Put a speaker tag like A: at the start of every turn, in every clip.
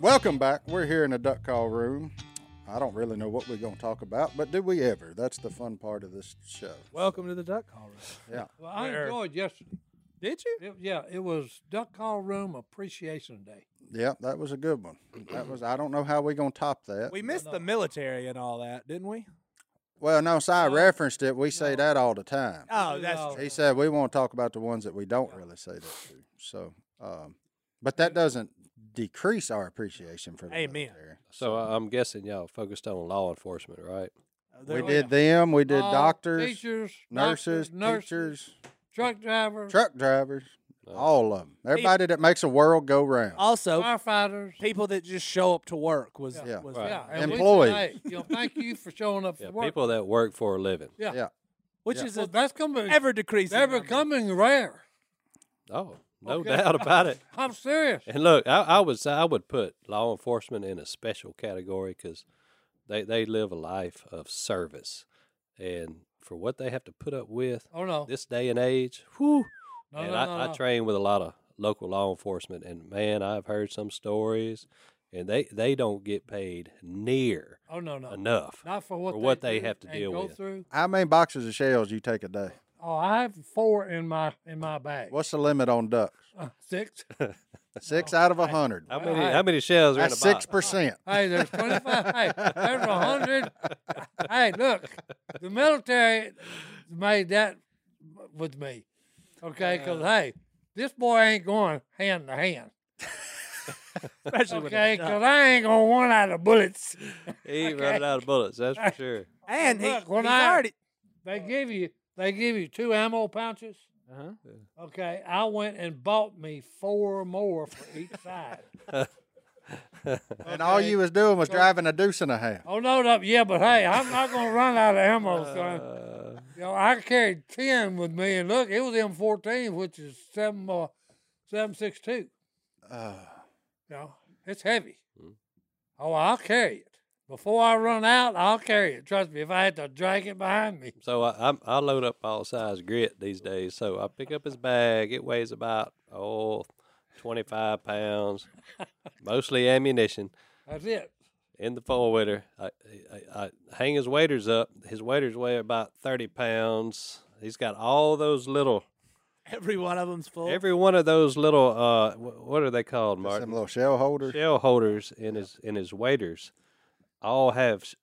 A: Welcome back. We're here in the duck call room. I don't really know what we're going to talk about, but do we ever? That's the fun part of this show.
B: Welcome to the duck call room.
A: Yeah.
B: Well, I
C: There.
B: enjoyed yesterday.
C: Did you?
B: It- yeah, it was duck call room appreciation day.
A: Yeah, that was a good one. That was. I don't know how we're going to top that.
C: We missed the military and all that, didn't we?
A: well, no, Si referenced it. We say that all the time.
C: Oh,
B: No.
C: that's true.
A: He said we want to talk about the ones that we don't really say that to. So, um, but that doesn't decrease our appreciation for the
C: Amen.
A: military.
D: So I- I'm guessing y'all focused on law enforcement, right?
A: We
C: There
A: did them. We did
B: All
A: doctors,
B: Uh, teachers,
A: nurses,
B: doctors, nurses,
A: teachers,
B: truck drivers,
A: truck drivers, all of them. Everybody that makes the world go round.
C: Also,
B: firefighters.
C: people that just show up to work was
A: Yeah.
C: was
D: Right.
B: Yeah,
D: Yeah.
B: and we
A: Employees.
B: said, hey, you know, thank you for showing up
D: Yeah,
B: for work.
D: people that work for a living.
B: yeah.
A: yeah.
C: which
A: Yeah.
C: is
B: Well,
C: a
B: that's coming
C: ever decreasing.
B: they're
C: number.
B: becoming rare.
D: Oh, no
B: Okay.
D: doubt about it.
B: I'm serious.
D: And look, I, I would say I would put law enforcement in a special category because they they live a life of service, and for what they have to put up with
B: Oh no,
D: this day and age, whew.
B: No,
D: and
B: no,
D: I,
B: no, no.
D: I train with a lot of local law enforcement, and man, I've heard some stories, and they they don't get paid near
B: oh no, no,
D: enough
B: not for what
D: for what they
B: do
D: have to
B: and
D: deal
B: go
D: with.
B: Through.
A: How many boxes of shells you take a day?
B: Oh, I have four in my in my bag.
A: What's the limit on ducks?
B: Uh, six?
A: Six
D: Oh,
A: out of a hundred.
D: How many how many shells are in a
A: That's six
D: box?
A: percent.
B: Hey, there's 25. hey, there's 100. Hey, look, the military made that with me. Okay, because, hey, this boy ain't going hand to hand.
C: Especially with a
B: Okay,
C: duck.
B: because I ain't going to run out of bullets.
D: He ain't running out of bullets, that's for sure.
C: and he,
B: Look, when
C: he's
B: I-
C: already
B: They give you they give you two ammo pouches.
C: uh-huh.
B: Okay, I went and bought me four more for each side.
A: And all
B: Okay.
A: you was doing was driving a deuce and a half.
B: Oh no, no, yeah, but hey, I'm not gonna run out of ammo, son.
D: Uh,
B: you know, I carried ten with me, and look, it was M14, which is seven uh, seven six two. You know, it's heavy. Oh, I'll carry it before I run out. I'll carry it. Trust me, if I had to drag it behind me.
D: So I, I'm, I load up all size grit these days. So I pick up his bag. It weighs about oh, 25 pounds, mostly ammunition
B: That's it.
D: in the four wheeler. I, I, I hang his waders up. His waders weigh about 30 pounds. He's got all those little,
C: every one of them's full.
D: every one of those little, uh, wh- what are they called,
A: Them
D: Martin?
A: little shell holders.
D: Shell holders in his in his waders, all have sh-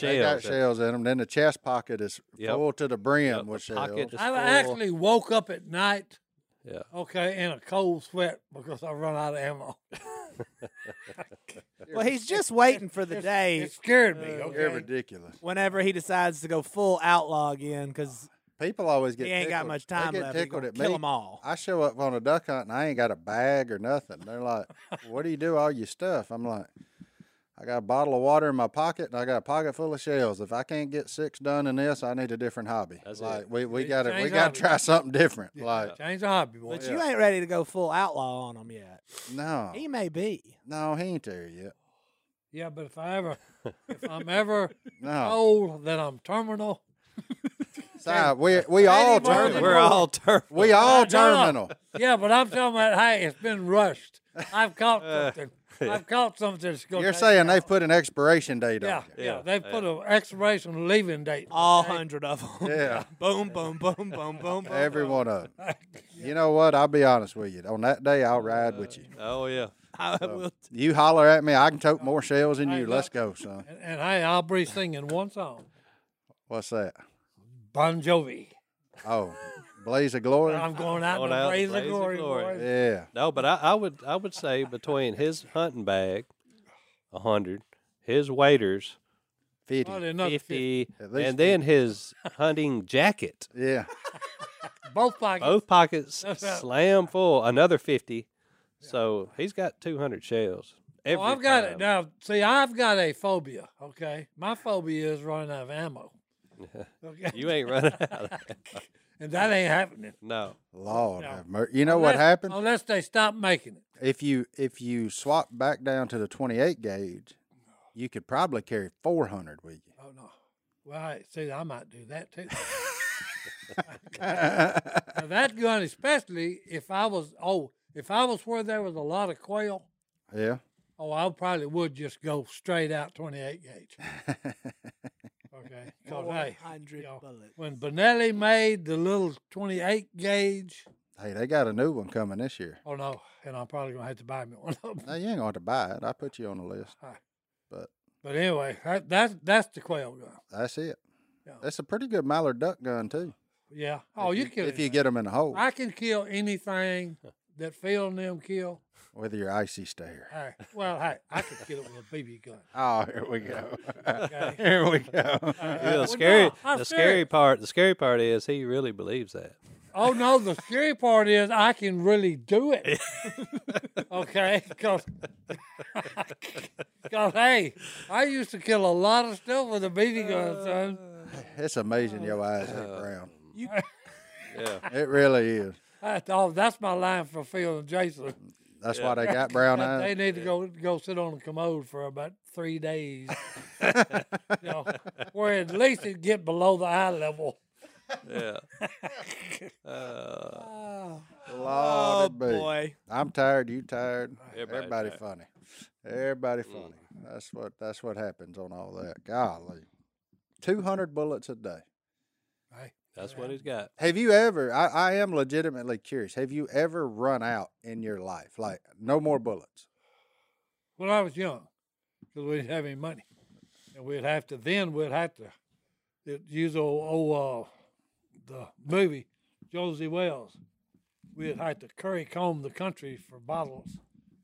A: They got
D: shells.
A: shells in them. Then the chest pocket is
D: Yep.
A: full to the brim
D: Yep,
A: with
D: the
A: shells.
D: pocket is
B: I
D: full.
B: actually woke up at night.
D: Yeah.
B: Okay, in a cold sweat because I run out of ammo.
C: well, he's just waiting for the day
B: It scared me.
C: Uh,
A: You're
B: Okay.
A: ridiculous.
C: whenever he decides to go full outlaw again because
A: People always get
C: he ain't got
A: tickled.
C: much time
A: they get
C: left. He's
A: tickled
C: gonna
A: at
C: kill
A: me.
C: them all.
A: I show up on a duck hunt and I ain't got a bag or nothing. They're like, "What do you do all your stuff?" I'm like, "I got a bottle of water in my pocket and I got a pocket full of shells. If I can't get six done in this, I need a different hobby.
D: That's
A: like
D: it.
A: we we
B: Need to
A: got to we
B: change
A: got
B: hobby.
A: to try something different. Like
B: Change the hobby, boy.
C: But you ain't ready to go full outlaw on him yet.
A: no,
C: He may be.
A: no, he ain't there yet.
B: Yeah, but if I ever, if I'm ever
A: No,
B: told that I'm terminal,
A: Si, we we all
B: Anybody-
A: terminal.
D: We're all turf.
A: We all
B: No, no, no.
A: terminal.
B: yeah, but I'm talking about hey, it's been rushed. I've caught
D: Uh,
B: something. I've caught something that's going.
A: You're saying they've put an expiration date
B: yeah,
A: on
B: yeah,
D: Yeah,
B: they've put an expiration leaving date.
C: All hundred of them.
A: it. Yeah.
C: boom, boom, boom, boom, boom. boom.
A: Every one of them. You know what? I'll be honest with you. On that day, I'll ride with you.
D: Oh yeah.
C: I will t-
A: You holler at me, I can tote more shells than you. Let's go, son.
B: And, and hey, I'll be singing one song,
A: What's that?
B: Bon Jovi.
A: Oh, Blaze of Glory?
B: I'm going out
D: Going
B: to
D: out to
B: praise the
D: praise the
B: glory.
D: glory.
B: boys.
A: Yeah.
D: No, but I, I would I would say between his hunting bag, a hundred, his waders
A: 50.
B: Probably another
D: fifty,
A: At least
D: and then his hunting jacket.
A: Yeah.
B: both pockets.
D: Both pockets
B: That's right.
D: slam full. Another fifty. So he's got two hundred shells. Every
B: Well, Oh, I've got
D: time.
B: it now. See, I've got a phobia. Okay, my phobia is running out of ammo. Okay,
D: You ain't running out. Of that.
B: and that ain't happening.
D: No.
A: Lord
B: No.
A: have mercy. You know what
B: Unless-
A: happened?
B: Unless they stop making it.
A: If you if you swap back down to the 28 gauge, you could probably carry 400 with you.
B: Oh no. Well, I- see, I might do that too.
A: yeah,
B: now, that gun, especially if I was oh, if I was where there was a lot of quail, oh, I probably would just go straight out 28 gauge. Okay, 'Cause, Oh, hey,
C: 100
B: you know,
C: bullets.
B: when Benelli made the little 28 gauge,
A: hey, they got a new one coming this year.
B: oh no, and I'm probably gonna have to buy me one of 'em.
A: Now you ain't gonna have to buy it. I put you on the list.
B: All right.
A: But
B: But anyway, that, that's that's the quail gun.
A: that's it.
B: Yeah.
A: That's a pretty good mallard duck gun too.
B: Yeah. Oh,
A: if
B: you, kill
A: if you
B: anything.
A: get them in the hole
B: I can kill anything that Phil and them kill.
A: with your icy stare.
B: Hey, well, hey, I could kill it with a BB gun.
A: Oh, here we go.
B: Okay.
A: here we go.
D: Yeah, the
B: Well,
D: scary,
B: no, I'm
D: the scary
B: serious.
D: part. The scary part is he really believes that.
B: Oh no, the scary part is I can really do it. okay, because hey, I used to kill a lot of stuff with a BB gun, son.
A: It's amazing
B: Oh.
A: your eyes ain't brown.
D: Uh, Yeah.
A: It really is.
B: That's, oh, that's my line for Phil and Jason.
A: That's why they got brown
B: That They
A: eyes.
B: need to go go sit on the commode for about three days, you know, where at least it get below the eye level.
D: Yeah.
A: Lord,
C: Oh,
A: it be.
C: boy.
A: I'm tired. You tired. Everybody,
D: Everybody tired. Mm.
A: funny. Everybody funny. That's what. That's what happens on all that. Golly, two hundred bullets a day.
B: Hey,
D: That's what he's got.
A: Have you ever? I, I am legitimately curious. Have you ever run out in your life? Like no more bullets.
B: when I was young, because we didn't have any money, and we'd have to then we'd have to it- use old, old uh, the movie Josie Wells. We'd have to curry comb the country for bottles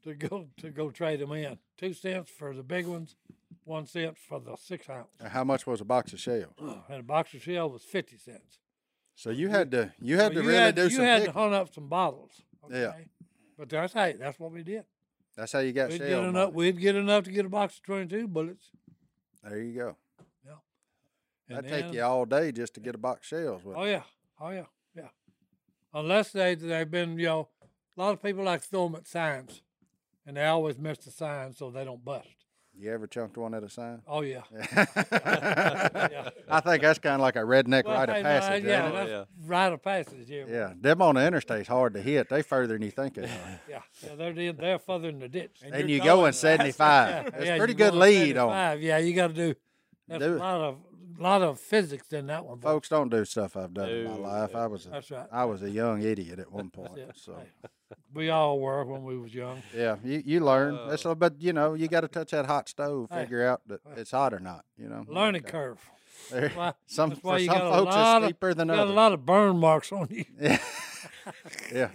B: to go to go trade them in. Two cents for the big ones, one cent for the six ounce,
A: And How much was a box of shells?
B: and a box of shell was fifty cents.
A: So you had to. You had to
B: Well, you
A: really
B: had,
A: do
B: you
A: some.
B: had
A: pick-
B: to hunt up some bottles.
A: Yeah.
B: But that's hey, that's what we did.
A: That's how you got
B: We'd
A: shell.
B: get enough.
A: money.
B: We'd get enough to get a box of twenty-two bullets.
A: There you go.
B: and
A: That'd take
B: then- eh
A: you all day just to get a box of shells. With
B: Oh yeah, oh yeah, yeah. Unless they they've been you know, a lot of people like to throw 'em at signs, and they always miss the sign so they don't bust.
A: You ever chunked one at a sign?
B: Oh yeah.
A: I think that's kind of like a redneck
B: Well,
A: rite
B: hey,
A: of
B: no,
A: passage.
B: yeah,
A: ain't it?
B: that's
D: Yeah.
B: rite of passage. Yeah, yeah,
A: yeah. Them on the interstate's hard to hit. They further than you think they are.
B: yeah. they're in- they're further in the ditch.
A: And you go in 75. It's
B: Yeah,
A: pretty
B: you
A: good
B: going
A: lead on.
B: 75. Yeah, you got to do. That's
A: Do
B: a
A: it.
B: lot of lot of physics in that one. boy.
A: Folks, don't do stuff I've done in my
D: No,
A: life. I was a,
B: That's right.
A: I was a young idiot at one point.
B: it.
A: So
B: Hey. We all were when we was young.
A: yeah, you, you learn. That's all, but you know you got to touch that hot stove,
B: Uh, Hey.
A: figure out that it's hot or not. You know,
B: Learning curve.
A: There-
B: Why-
A: Some
B: that's why
A: for
B: you
A: some
B: got a
A: folks
B: lot
A: it's
B: of-
A: steeper than
B: you got a
A: others.
B: lot of burn marks on you.
A: Yeah.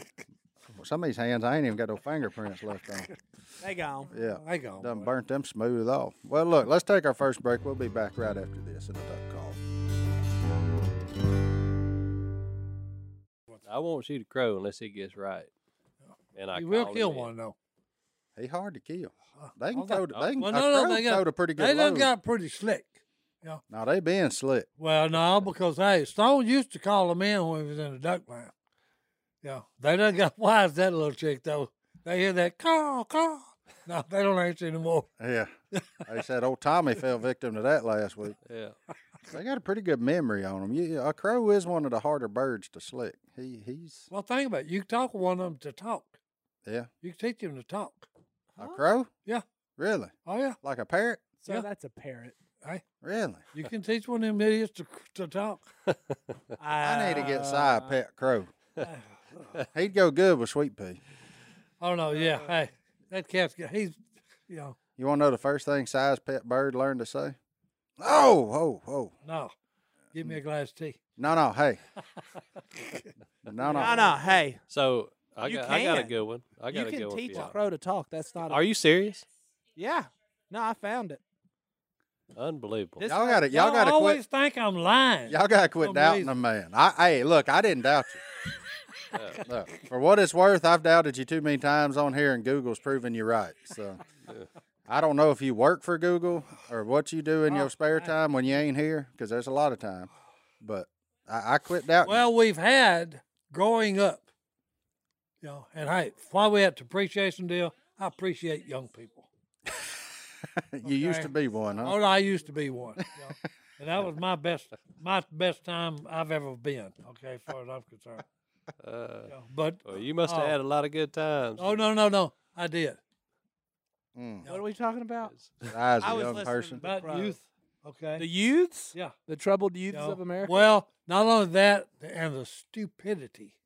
A: Well, some of these hands, I ain't even got no fingerprints left on.
C: They gone.
A: Yeah.
B: I go.
A: Done burnt them smooth off. Well, look, let's take our first break. We'll be back right after this in the duck call.
D: I won't shoot a crow unless he gets right. And I
B: You will
D: call him
B: kill
D: in.
B: one though.
A: He hard to kill. They can
B: Oh, that-
A: throw. They can
B: Well,
A: a
B: no,
A: crow
B: no, they got
A: throwed a pretty
B: They
A: good
B: done
A: load.
B: got pretty slick.
A: Now they being slick.
B: Well, no, because hey, Stone used to call them in when he was in the duck line. Yeah, they done got wise that little chick though. They hear that call, call. No, they don't answer anymore.
A: Yeah. they said old Tommy fell victim to that last week.
D: Yeah.
A: They got a pretty good memory on them. Yeah, a crow is one of the harder birds to slick. He he's
B: Well, think about it. You can talk with one of them to talk.
A: yeah.
B: You can teach them to talk.
A: A crow?
B: Yeah.
A: Really?
B: Oh yeah,
A: Like a parrot?
C: So
B: Yeah.
C: that's a parrot.
B: hey,
A: Really?
B: you can teach one of them idiots to to talk.
A: I need to
C: Uh,
A: get Si a pet crow. He'd go good with sweet pea.
B: I don't know. Oh, Yeah,
A: Uh.
B: hey, that cat's got, he's, you know,
A: You want to know the first thing Si's pet bird learned to say? Oh, oh, oh.
B: no. Give me a glass of tea.
A: No, no, hey. no, no.
C: No, no. Hey,
D: So I
C: You
D: got I got a
C: can.
D: good one. I
C: you
D: got a good
C: can
D: one.
C: teach
D: for
C: a
D: y'all.
C: crow to talk. That's not. A,
D: Are you serious?
C: Yeah. No, I found it.
D: Unbelievable.
C: This-
A: Y'all got to y'all got to quit.
B: always think I'm lying.
A: Y'all gotta quit
B: some
A: doubting
B: reason.
A: a man. I hey, look, I didn't doubt you. Look, for what it's worth, I've doubted you too many times on here, and Google's proven you right. So I don't know if you work for Google or what you do in your spare time when you ain't here, because there's a lot of time. But I, I quit doubting. you.
B: Well, we've had growing up, you know, and hey, while we at the appreciation deal, I appreciate young people.
A: you used
B: okay.
A: to be one, huh?
B: Oh, I used to be one, you know, and that was my best, my best time I've ever been. Okay, as far as I'm concerned. You know, but
D: Uh, Well, you must have
B: Oh.
D: had a lot of good times.
B: oh no, no, no, I did.
A: Mm.
C: What are we talking about?
A: I was a
C: I was
A: young
C: listening
A: person.
C: to-
B: About
C: Pro.
B: youth. Okay.
C: The youths?
B: yeah.
C: The troubled youths
B: know.
C: of America?
B: Well, not only that, th- and the stupidity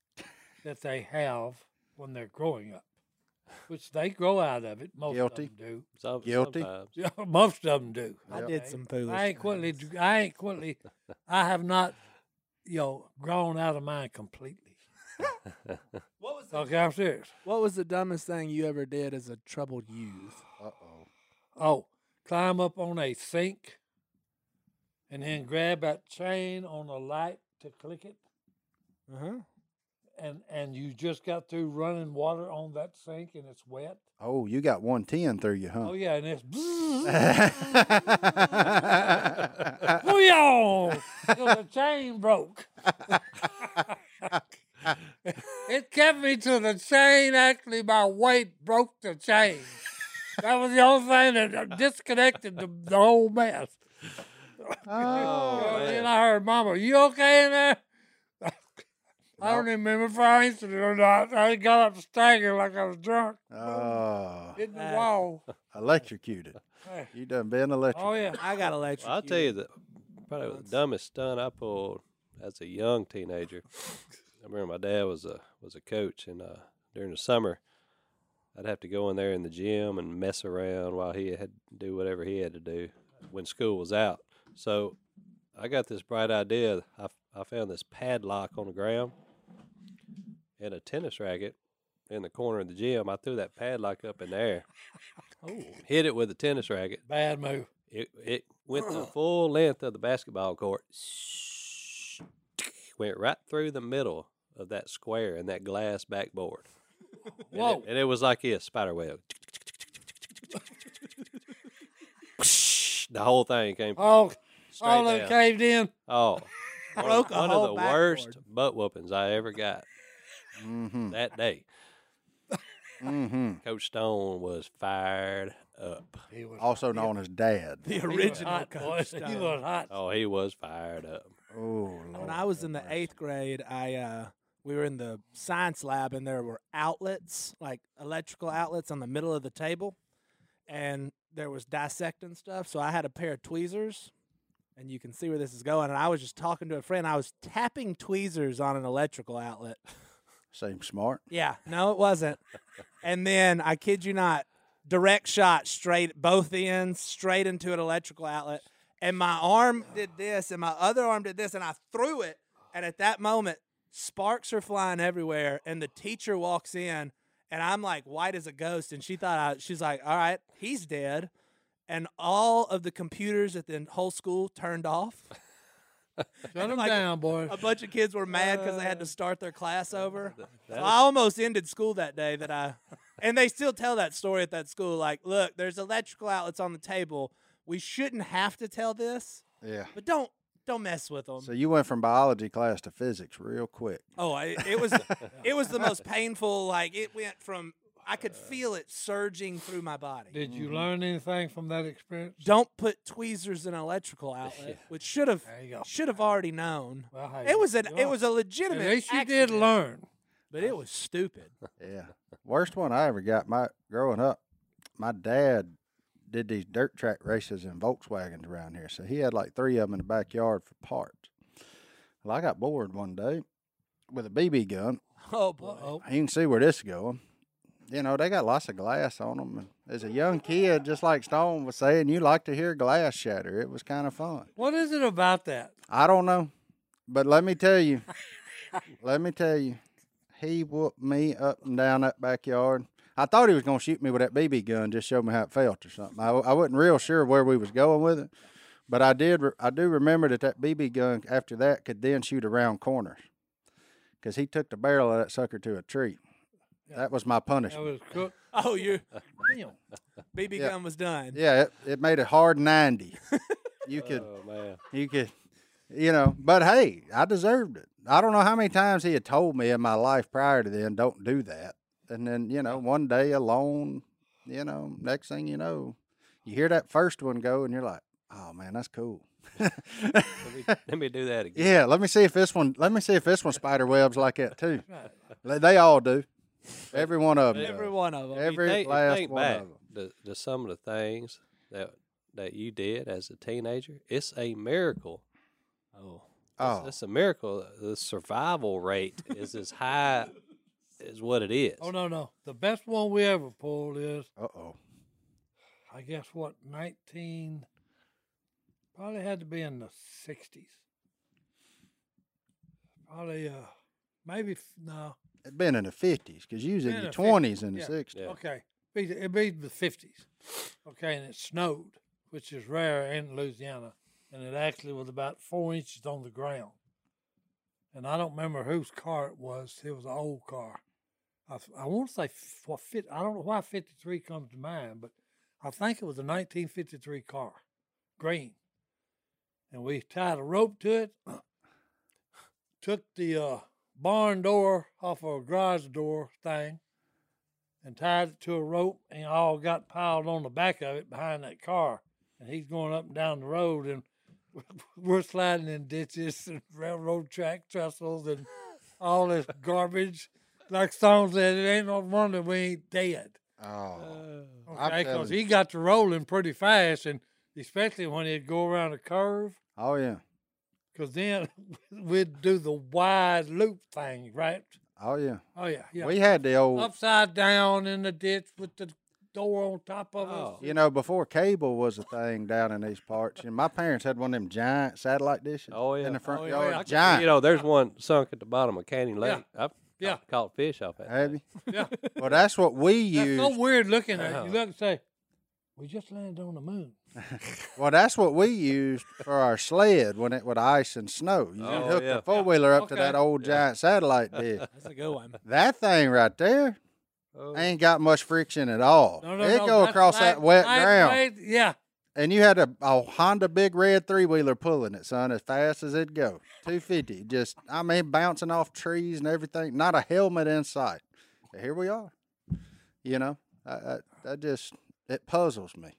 B: that they have when they're growing up, which they grow out of it. Most
A: Guilty.
B: of them
D: Some-
A: Guilty.
D: sometimes.
B: do. Yeah, most of them do.
C: I did some foolish
B: I ain't quickly.
C: things.
B: I ain't quickly. I have not, you know, grown out of mine completely.
C: What was, the,
B: Okay, I'm serious.
C: what was the dumbest thing you ever did as a troubled youth?
B: Oh, climb up on a sink, and then grab that chain on the light to click it.
C: Uh
B: Uh-huh.
C: huh.
B: and and you just got through running water on that sink and it's wet.
A: Oh, you got one ten through you,
D: Hmm.
A: huh?
B: Oh yeah, and it's
A: yeah.
B: booyah till the chain broke. it kept me to the chain. Actually, my weight broke the chain. That was the only thing that disconnected the, the whole mess.
D: Oh,
B: And then
D: man.
B: I heard Mama, "You okay in there?" I don't even remember if I answered it or not. I got up staggering like I was drunk.
A: Oh,
B: Hitting the
C: Uh,
B: wall.
A: electrocuted.
B: Hey.
A: You done been electrocuted.
B: Oh yeah.
C: I got electrocuted.
D: Well, I'll tell you the probably the
C: That's-
D: dumbest stunt I pulled as a young teenager. I remember my dad was a was a coach, and uh, during the summer, I'd have to go in there in the gym and mess around while he had to do whatever he had to do when school was out. So I got this bright idea. I I found this padlock on the ground and a tennis racket in the corner of the gym. I threw that padlock up in there, hit it with a tennis racket.
B: Bad move.
D: It it went the full length of the basketball court. Went right through the middle of that square and that glass backboard. And it-
B: Whoa.
D: And it, was like a spider web. the whole thing came
B: Oh,
D: straight
B: all
D: down.
B: that caved in.
D: Oh, one,
C: Broke a
D: one
C: whole
D: of the worst butt whoopings I ever got
A: Mm-hmm.
D: that day.
A: Mm-hmm.
D: Coach Stone was fired up.
B: He was
A: Also known as Dad.
C: The
B: he was
C: original
B: hot, boy.
C: Coach
B: He
C: Stone.
B: was hot.
D: Oh, he was fired up.
A: Oh, Lord.
C: When I was in the eighth grade, I uh, we were in the science lab, and there were outlets, like electrical outlets, on the middle of the table, and there was dissecting stuff. So I had a pair of tweezers, and you can see where this is going. And I was just talking to a friend. I was tapping tweezers on an electrical outlet.
A: Seems smart.
C: Yeah, no, it wasn't. and then I kid you not, direct shot straight both ends straight into an electrical outlet, and my arm did this, and my other arm did this, and I threw it, and at that moment, sparks are flying everywhere, and the teacher walks in, and I'm like white as a ghost, and she thought I, she's like, all right, he's dead. And all of the computers at the whole school turned off.
B: Shut him
C: Like-
B: down, boy.
C: A bunch of kids were mad because they
B: Uh.
C: had to start their class over. So
D: that
C: I almost ended school that day. That I, and they still tell that story at that school. Like, look, there's electrical outlets on the table. We shouldn't have to tell this,
A: Yeah.
C: but don't don't mess with them.
A: So you went from biology class to physics real quick.
C: oh, I, it was it was the most painful. Like, it went from I
D: Uh.
C: could feel it surging through my body.
B: Did you learn anything from that experience?
C: don't put tweezers in an electrical outlet, which should have
B: There you go.
C: should have already known.
B: Well, hey,
C: It was an
B: you
C: it
B: are.
C: was a
B: At
C: legitimate.
B: least you did
C: accident,
B: learn.
C: but it was stupid.
A: Yeah. Worst one I ever got. My growing up, my dad did these dirt track races in Volkswagens around here. So he had like three of them in the backyard for parts. Well, I got bored one day with a BB gun
C: Oh boy.
B: Uh-oh.
A: you can see where this is going. You know, they got lots of glass on them. And as a young kid, just like Stone was saying, you like to hear glass shatter. It was kind of fun.
B: What is it about that?
A: I don't know, but let me tell you, let me tell you, he whooped me up and down that backyard. I thought he was gonna shoot me with that BB gun, just show me how it felt or something. I, I wasn't real sure where we was going with it, but I did. re- I do remember that that BB gun after that could then shoot around corners, because he took the barrel of that sucker to a tree. That was my
B: That
A: punishment.
B: was cooked.
C: Oh, you
B: Damn.
C: BB
A: Yeah.
C: gun was done.
A: yeah, it, it made a hard ninety. you could
D: Oh man,
A: You could, you know, but hey, I deserved it. I don't know how many times he had told me in my life prior to then, don't do that. And then, you know, one day alone, you know, next thing you know, you hear that first one go and you're like, oh man, that's cool.
D: let me, let me do that again.
A: Yeah, let me see if this one, let me see if this one spider webs like that too. They- They all do. Every one of them.
C: Every one of them.
D: You
A: Every
D: think- you
A: last
D: think
A: one
D: back
A: of 'em.
D: To, to some of the things that that you did as a teenager, it's a miracle. Oh,
A: Oh,
D: it's a miracle. that The survival rate is as high as what it is.
B: Oh no no. The best one we ever pulled is
A: uh oh.
B: I guess what nineteen probably had to be in the sixties. Probably uh maybe f- no.
A: It's been in the 50s because you was in
B: Been in
A: your
B: the 50s,
A: 20s and the
B: yeah.
A: 60s.
D: Yeah.
B: Okay. Be the- It'd be the fifties. Okay, and it snowed, which is rare in Louisiana, and it actually was about four inches on the ground. And I don't remember whose car it was. It was an old car. I, th- I want to say f- what fit. I don't know why fifty three comes to mind, but I think it was a nineteen fifty three car, green. And we tied a rope to it. Took the uh, barn door off of a garage door thing, and tied it to a rope and all got piled on the back of it behind that car. And he's going up and down the road and we're sliding in ditches and railroad track trestles and all this garbage. Like Stone said, it ain't no wonder we ain't dead.
A: Oh, I'm
B: Okay, because
A: telling
B: he got to rolling pretty fast and especially when he'd go around a curve.
A: oh yeah.
B: Because then we'd do the wide loop thing, right?
A: Oh, yeah.
B: Oh, yeah. yeah.
A: We had the old.
B: Upside down in the ditch with the door on top of us.
D: Oh.
A: You know, before cable was a thing down in these parts, and my parents had one of them giant satellite dishes
D: Oh, yeah.
A: in the front
C: Oh, yeah.
A: yard.
B: I can-
A: Giant.
D: You know, there's one sunk at the bottom of Canyon
B: Yeah.
D: Lake. I've
B: Yeah.
D: caught fish off that.
A: have you?
B: Yeah.
A: Well, that's what we
B: That's
A: used.
B: so weird looking at it. You
D: Uh-huh.
B: look and say, We just landed on the moon.
A: well, that's what we used for our sled when it would ice and snow. You
D: Oh,
A: hook
D: yeah.
A: the four wheeler up to
B: Okay.
A: that old giant satellite dish.
C: That's a good one.
A: that thing right there
D: Oh.
A: ain't got much friction at all.
B: No, no,
A: it
B: no,
A: go
B: that's
A: across that
B: light-
A: wet ground,
B: lightweight. Yeah.
A: and you had a, a Honda Big Red three wheeler pulling it, son, as fast as it go. Two fifty, just I mean, bouncing off trees and everything. Not a helmet in sight. But here we are. You know, I, I, that just it puzzles me.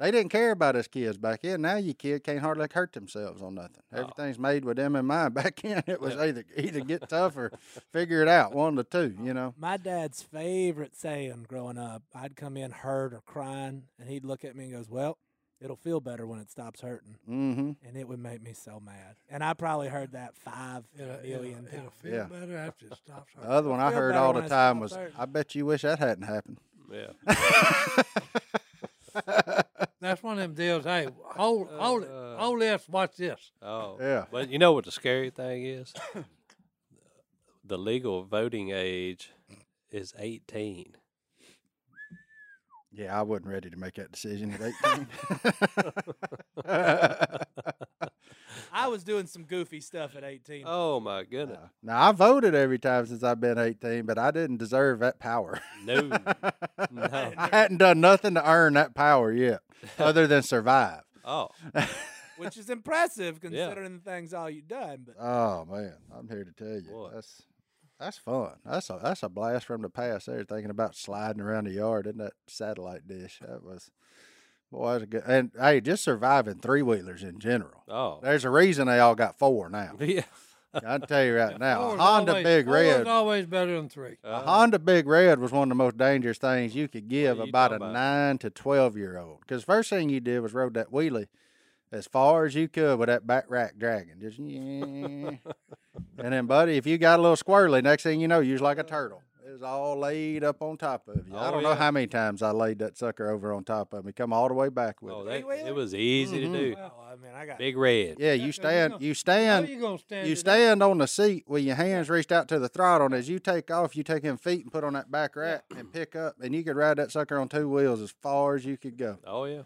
A: They didn't care about us kids back then. Now you kid can't hardly hurt themselves on nothing.
C: Oh.
A: Everything's made with them in mind. Back then, it was either either get tough or figure it out. One of the two, you know.
C: My dad's favorite saying growing up, I'd come in hurt or crying, and he'd look at me and goes, Well, it'll feel better when it stops hurting.
A: Mm-hmm.
C: And it would make me so mad. And I probably heard that five
B: It'll, it'll,
C: million
B: it'll
C: times.
B: feel
A: Yeah. Uh,
B: better after it stops.
A: The other one I
C: feel
A: heard
C: better
A: all
C: when
A: the
C: I
A: time
C: stop
A: was,
C: hurting.
A: "I bet you wish that hadn't happened."
D: Yeah.
B: That's one of them deals. Hey, hold, hold it.
A: uh,
B: Hold this. Watch this.
D: Oh.
A: Yeah.
D: But you know what the scary thing is? the legal voting age is 18.
A: Yeah, I wasn't ready to make that decision at 18.
C: I was doing some goofy stuff at 18.
D: Oh my goodness.
A: Uh, now, I voted every time since I've been 18, but I didn't deserve that power.
D: No.
B: Oh,
D: no.
A: I hadn't done nothing to earn that power yet, other than survive.
D: Oh.
C: which is impressive considering the things all you've done. But
A: Oh man, I'm here to tell you,
D: Boy.
A: that's that's fun. That's a that's a blast from the past. There, thinking about sliding around the yard in that satellite dish. That was boy, that was a good. And hey, just surviving three wheelers in general.
D: Oh.
A: There's a reason they all got four now.
D: Yeah.
A: I can tell you right now, a
B: Four is
A: Honda
B: always-
A: Big
B: four is
A: Red.
B: always better than three.
A: A
D: Uh-huh.
A: Honda Big Red was one of the most dangerous things you could give
D: you
A: about a
D: talking about?
A: nine to twelve year old. Because first thing you did was rode that wheelie as far as you could with that back rack dragging. Just yeah. and then, buddy, if you got a little squirrely, next thing you know, you was like a turtle. It was all laid up on top of you. I
D: Oh,
A: don't know
D: yeah.
A: how many times I laid that sucker over on top of me. Come all the way back with
D: Oh,
A: it.
D: that,
C: Three-wheeler?
D: it was easy to do.
B: Wow,
C: oh, I mean, I got
D: Big red.
A: Yeah, you stand. You
B: How
A: stand.
B: you gonna stand?
A: You
B: it up?
A: stand on the seat with your hands reached out to the throttle, and as you take off, you take in feet and put on that back rack and pick up, and you could ride that sucker on two wheels as far as you could go.
D: Oh yeah.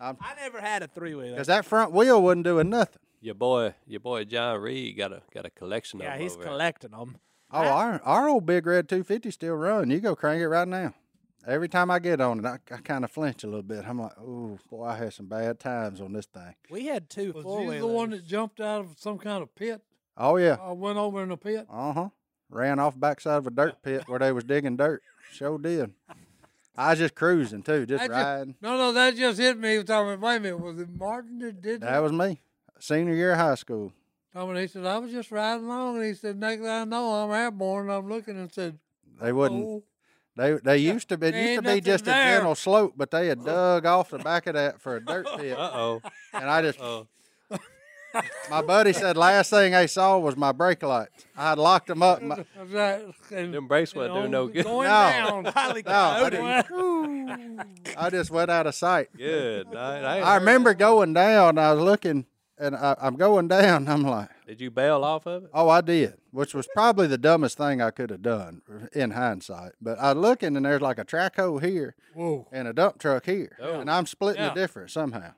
C: I never had a three wheeler.
A: Because that front wheel wasn't doing nothing.
D: Your boy, your boy John Reed got a got a collection of
C: Yeah,
D: 'em
C: he's
D: over
C: collecting them.
A: Oh, our our old big red 250 still run. You go crank it right now. Every time I get on it, I, I kind of flinch a little bit. I'm like, oh boy, I had some bad times on this thing.
C: We had two
B: Was
C: four
B: you the one that jumped out of some kind of pit?
A: Oh yeah,
B: I went over in a pit.
A: uh huh. Ran off backside of a dirt pit where they was digging dirt. Sure did. I was just cruising too, just
B: That ju-
A: riding.
B: no, no, that just hit me. Talking, wait a minute, was it Martin that did
A: That
B: that?
A: was me, senior year of high school.
B: Tommy, he said, I was just riding along, and he said, next thing I know, I'm airborne, and I'm looking and said,
A: They wouldn't.
B: oh,
A: They they used to. be It
B: there
A: used to
B: ain't
A: be
B: nothing
A: just a
B: there. Oh.
A: general slope, but they had dug off the back of that for a dirt pit.
D: Uh oh.
A: And I just,
D: Oh.
A: my buddy said, last thing they saw was my brake lights. I had locked them up. My,
B: I was like, and,
D: Them brakes wasn't
B: and
D: doing no
B: I'm
D: good.
B: Going
A: No.
B: down.
C: Highly
A: No, I
C: coyote.
A: didn't. I just went out of sight.
D: Good night. I ain't
A: I
D: heard-
A: remember going down. I was looking, and I, I'm going down. I'm like,
D: Did you bail off of it?
A: oh, I did, which was probably the dumbest thing I could have done in hindsight. But I looking, and there's like a track hole here
B: Whoa.
A: and a dump truck here, and I'm splitting
D: Yeah.
A: the difference somehow.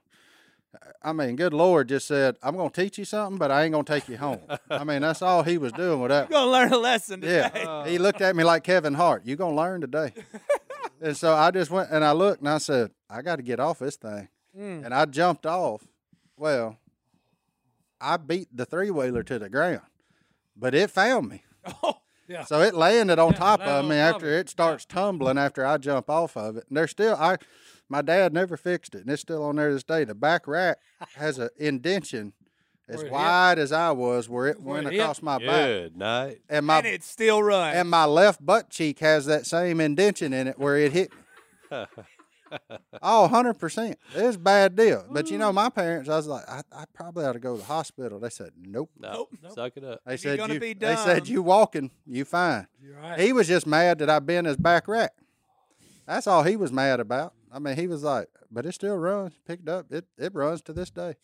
A: I mean, good Lord just said, I'm going to teach you something, but I ain't going to take you home. I mean, that's all he was doing with that.
C: Gonna learn a lesson today.
A: Yeah. he looked at me like Kevin Hart. You gonna learn today. and so I just went and I looked and I said, I got to get off this thing.
B: Mm.
A: And I jumped off. Well, I beat the three wheeler to the ground, but it found me.
B: Oh, Yeah.
A: So it landed on top
B: landed
A: of
B: on
A: me
B: top
A: after
B: of it.
A: it starts tumbling after I jump off of it. And there's still I my dad never fixed it and it's still on there to this day. The back rack has a indention as
B: Where it hit.
A: wide as I was where it
B: Where
A: went
B: it hit.
A: across my back.
D: Good night.
A: And my
C: And it still runs.
A: and my left butt cheek has that same indention in it where it hit me. Oh, 100%. It's a bad deal. But you know, my parents, I was like, I, I probably ought to go to the hospital. They said, nope.
D: No. Suck it up.
A: They said,
C: gonna
A: you,
C: be
A: they said,
C: dumb.
A: you walking, you fine.
B: You're right.
A: He was just mad that I bent his back rack. That's all he was mad about. I mean, he was like, but it still runs, picked up. It, it runs to this day.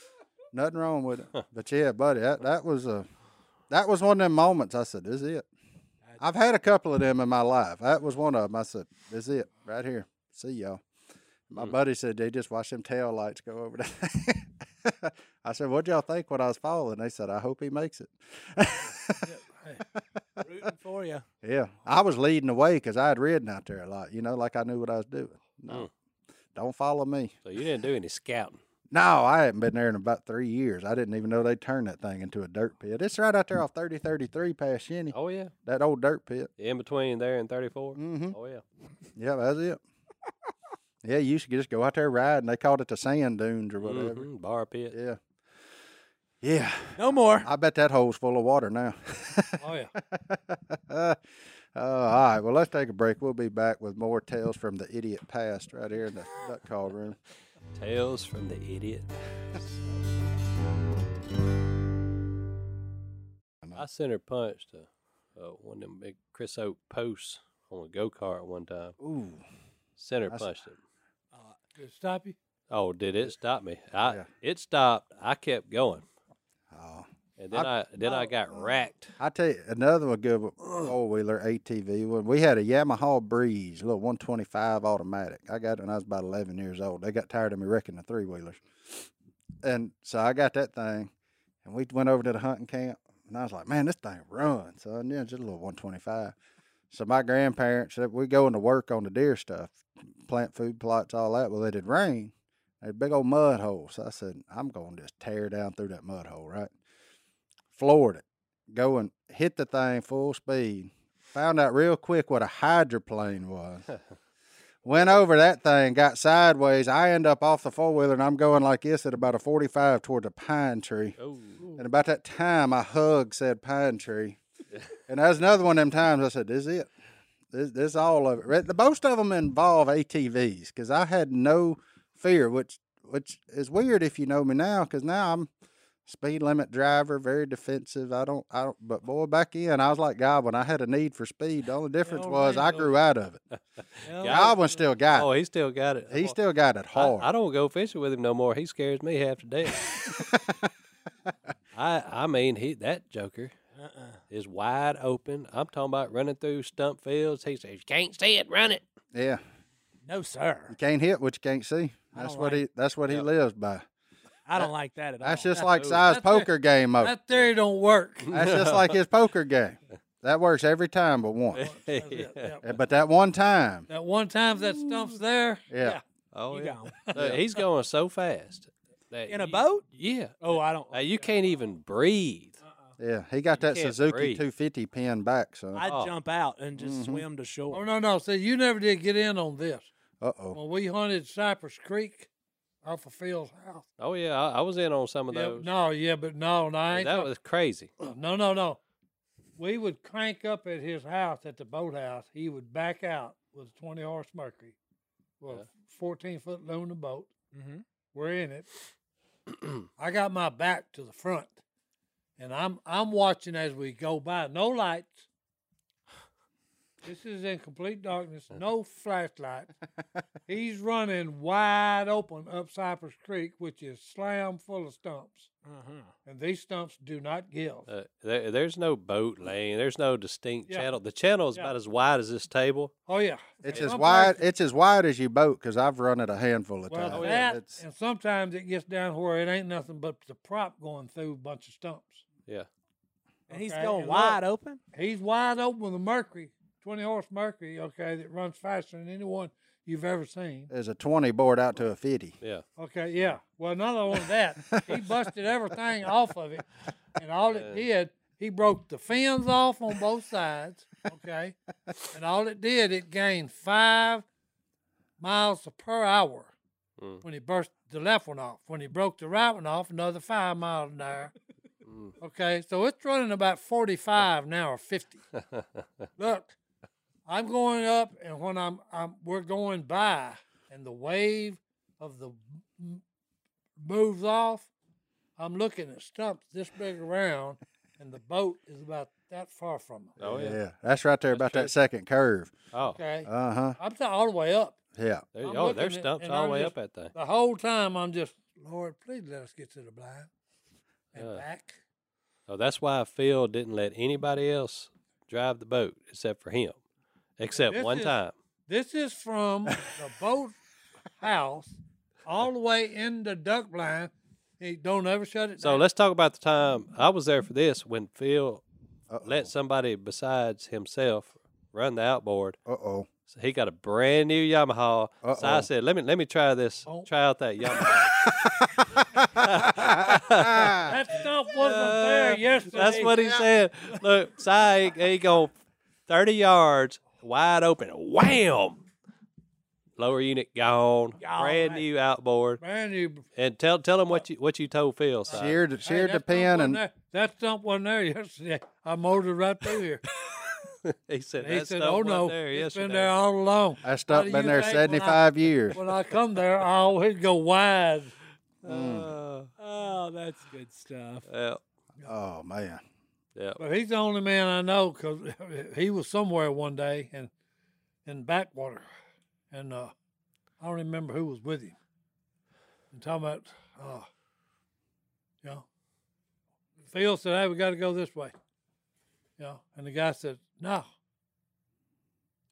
A: Nothing wrong with it. But yeah, buddy, that, that was a, that was one of them moments. I said, this is it. I've had a couple of them in my life. That was one of them. I said, "This is it, right here. See y'all." My
C: Mm.
A: buddy said they just watched them tail lights go over there. I said, "What y'all think when I was falling?" They said, "I hope he makes it."
C: Rooting for you.
A: Yeah, I was leading the way because I had ridden out there a lot. You know, like I knew what I was doing. No, don't follow me.
D: So you didn't do any scouting.
A: No, I hadn't been there in about three years. I didn't even know they turned that thing into a dirt pit. It's right out there off thirty thirty three past Shinny.
D: Oh yeah.
A: That old dirt pit.
D: In between there and 34. Mm-hmm. Oh yeah.
A: Yeah, that's it. yeah, you used to just go out there riding. They called it the sand dunes or whatever.
D: Mhm, Bar pit.
A: Yeah. Yeah.
C: No more.
A: I bet that hole's full of water now.
B: Oh, yeah.
A: Uh, all right. Well, let's take a break. We'll be back with more tales from the idiot past right here in the duck call room.
D: Tales from the idiot. I center punched a, a, one of them big Chris Oak posts on a go kart one time.
A: Ooh.
D: Center punched it.
B: Did it stop you?
D: Oh, did it stop me? I
A: Yeah.
D: it stopped. I kept going,
A: Oh.
D: and then I, then I got racked.
A: I tell you, another one good four wheeler ATV. When we had a Yamaha Breeze, little 125 automatic. I got it when I was about 11 years old. They got tired of me wrecking the three wheelers. And so I got that thing, and we went over to the hunting camp, and I was like, man, this thing runs. So, yeah, just a little 125. So my grandparents, said, we going to work on the deer stuff, plant food plots, all that. Well, it had rained. A big old mud hole. So I said, I'm going to just tear down through that mud hole, right? Floored it go and hit the thing full speed. Found out real quick what a hydroplane was. Went over that thing, got sideways. I end up off the four wheeler and I'm going like this at about a 45 toward a pine tree.
D: Oh,
A: And about that time, I hugged said pine tree. And that was another one of them times I said, This is it. This, this all of it. Right? The most of them involve ATVs because I had no fear, which which is weird if you know me now because now I'm speed limit driver, very defensive. I don't, I don't. But boy, back in, I was like Godwin. I had a need for speed. The only difference
C: All
A: was
C: right,
A: I
C: though.
A: grew out of it. Godwin still got
D: Oh,
A: it.
D: he still got it.
A: He
D: Oh,
A: still got it
D: I-
A: hard.
D: I, don't go fishing with him no more. He scares me half to death. I I mean he that joker is wide open. I'm talking about running through stump fields. He says, You can't see it, run it.
A: yeah,
C: No, sir.
A: you can't hit what you can't see.
C: I
A: That's
C: don't
A: what
C: like-
A: he. That's what he lives by.
C: I don't like that at all.
A: That's just like
D: Ooh.
A: size
B: That's it.
A: poker game mode.
B: That theory don't work.
A: That's just like his poker game. That works every time but one.
B: That's it, yep.
A: Eh, But that one time,
B: That one time if that stump's there.
A: yeah,
D: Oh
C: You
D: yeah.
C: gone.
D: Look, he's going so fast. that
C: In a
D: you-
C: boat?
D: Yeah.
C: Oh, I don't.
D: Now, you can't even breathe.
A: yeah. He got that
D: can't
A: Suzuki
D: breathe.
A: 250 pin back, so uh
C: I'd
D: Oh.
C: jump out and
A: Mm-hmm.
C: just swim to
B: Oh
C: shore.
B: no, no. See, you never did get in on this.
A: oh.
B: When we hunted Cypress Creek off of Phil's house.
D: Oh yeah, I, I was in on some of
B: Yeah,
D: those.
B: no, yeah, but no, no, I ain't
D: that was crazy.
B: No, no, no. We would crank up at his house at the boathouse. He would back out with a 20 horse Mercury, well, 14 foot aluminum boat.
C: Mhm.
B: We're in it. I got my back to the front, and I'm I'm watching as we go by. No lights. This is in complete darkness. No flashlight. He's running wide open up Cypress Creek, which is slam full of stumps, and these stumps do not give.
D: Uh, there, there's no boat lane. There's no distinct
B: Yeah.
D: channel. The channel is
B: Yeah.
D: about as wide as this table.
B: Oh yeah,
A: It's
B: And
A: as
B: some
A: wide.
B: places-
A: It's as wide as you boat because I've run it a handful of
B: Well,
A: times.
B: that
A: It's-
B: and sometimes it gets down where it ain't nothing but the prop going through a bunch of stumps.
D: Yeah.
C: And he's
B: Okay,
C: going
B: and look,
C: wide open.
B: He's wide open with a Mercury, twenty horse Mercury. Okay, that runs faster than anyone you've ever seen.
A: there's a 20 board out to a 50.
D: Yeah.
B: Okay, yeah. Well, not only that, he busted everything off of it, and all it did, he broke the fins off on both sides. Okay, and all it did, it gained five miles per hour when he burst the left one off. When he broke the right one off, another five miles an hour. Okay, so it's running about 45 now or 50. Look, I'm going up, and when I'm, I'm we're going by, and the wave of the m- moves off, I'm looking at stumps this big around, and the boat is about that far from it.
D: Oh yeah.
A: That's right there about that second curve.
D: Oh,
B: Okay,
A: Uh huh.
B: I'm t- all the way up.
A: Yeah.
D: there,
B: I'm
D: oh, there's
B: looking at-
D: stumps
B: and
D: all the
B: I'm
D: way
B: just-
D: up that thing.
B: The whole time I'm just, Lord, please let us get to the blind and
D: Yeah.
B: back.
D: So oh, that's why Phil didn't let anybody else drive the boat except for him, except
B: This
D: one
B: is-
D: time.
B: This is from the boat house all the way in the duck blind. He don't ever shut it
D: So
B: down.
D: let's talk about the time I was there for this when Phil let somebody besides himself run the outboard.
A: Uh oh.
D: So he got a brand new Yamaha. So I
A: Uh-oh.
D: said, "Let me let me try this.
B: Oh.
D: Try out that Yamaha."
B: that stump wasn't there yesterday.
D: That's what he said. Look, Sy, he go 30 yards, wide open, wham! Lower unit gone, brand
C: right.
D: new outboard.
B: Man, you,
D: And tell tell him what you what you told Phil, Si.
A: Sheared,
B: hey,
A: sheared
B: that
A: the
B: stump
A: pin
B: wasn't
A: and
B: there- that stump wasn't there yesterday. I motored right through here.
D: He said,
B: He
D: that
B: said,
D: stuff
B: "Oh
D: wasn't
B: no,
D: there
B: it's been
D: yesterday."
B: there all along."
A: that
B: What do
A: stuff been
B: you
A: there
B: think when I-
A: 75 years.
B: When I come there, I always go wide.
A: Mm.
C: Oh, that's good stuff.
D: Yeah,
A: Oh man.
D: yeah.
B: But he's the only man I know because he was somewhere one day and in backwater, and uh, I don't remember who was with him. And talking about, uh, you know, Phil said, "Hey, we got to go this way," you know, and the guy said, "No."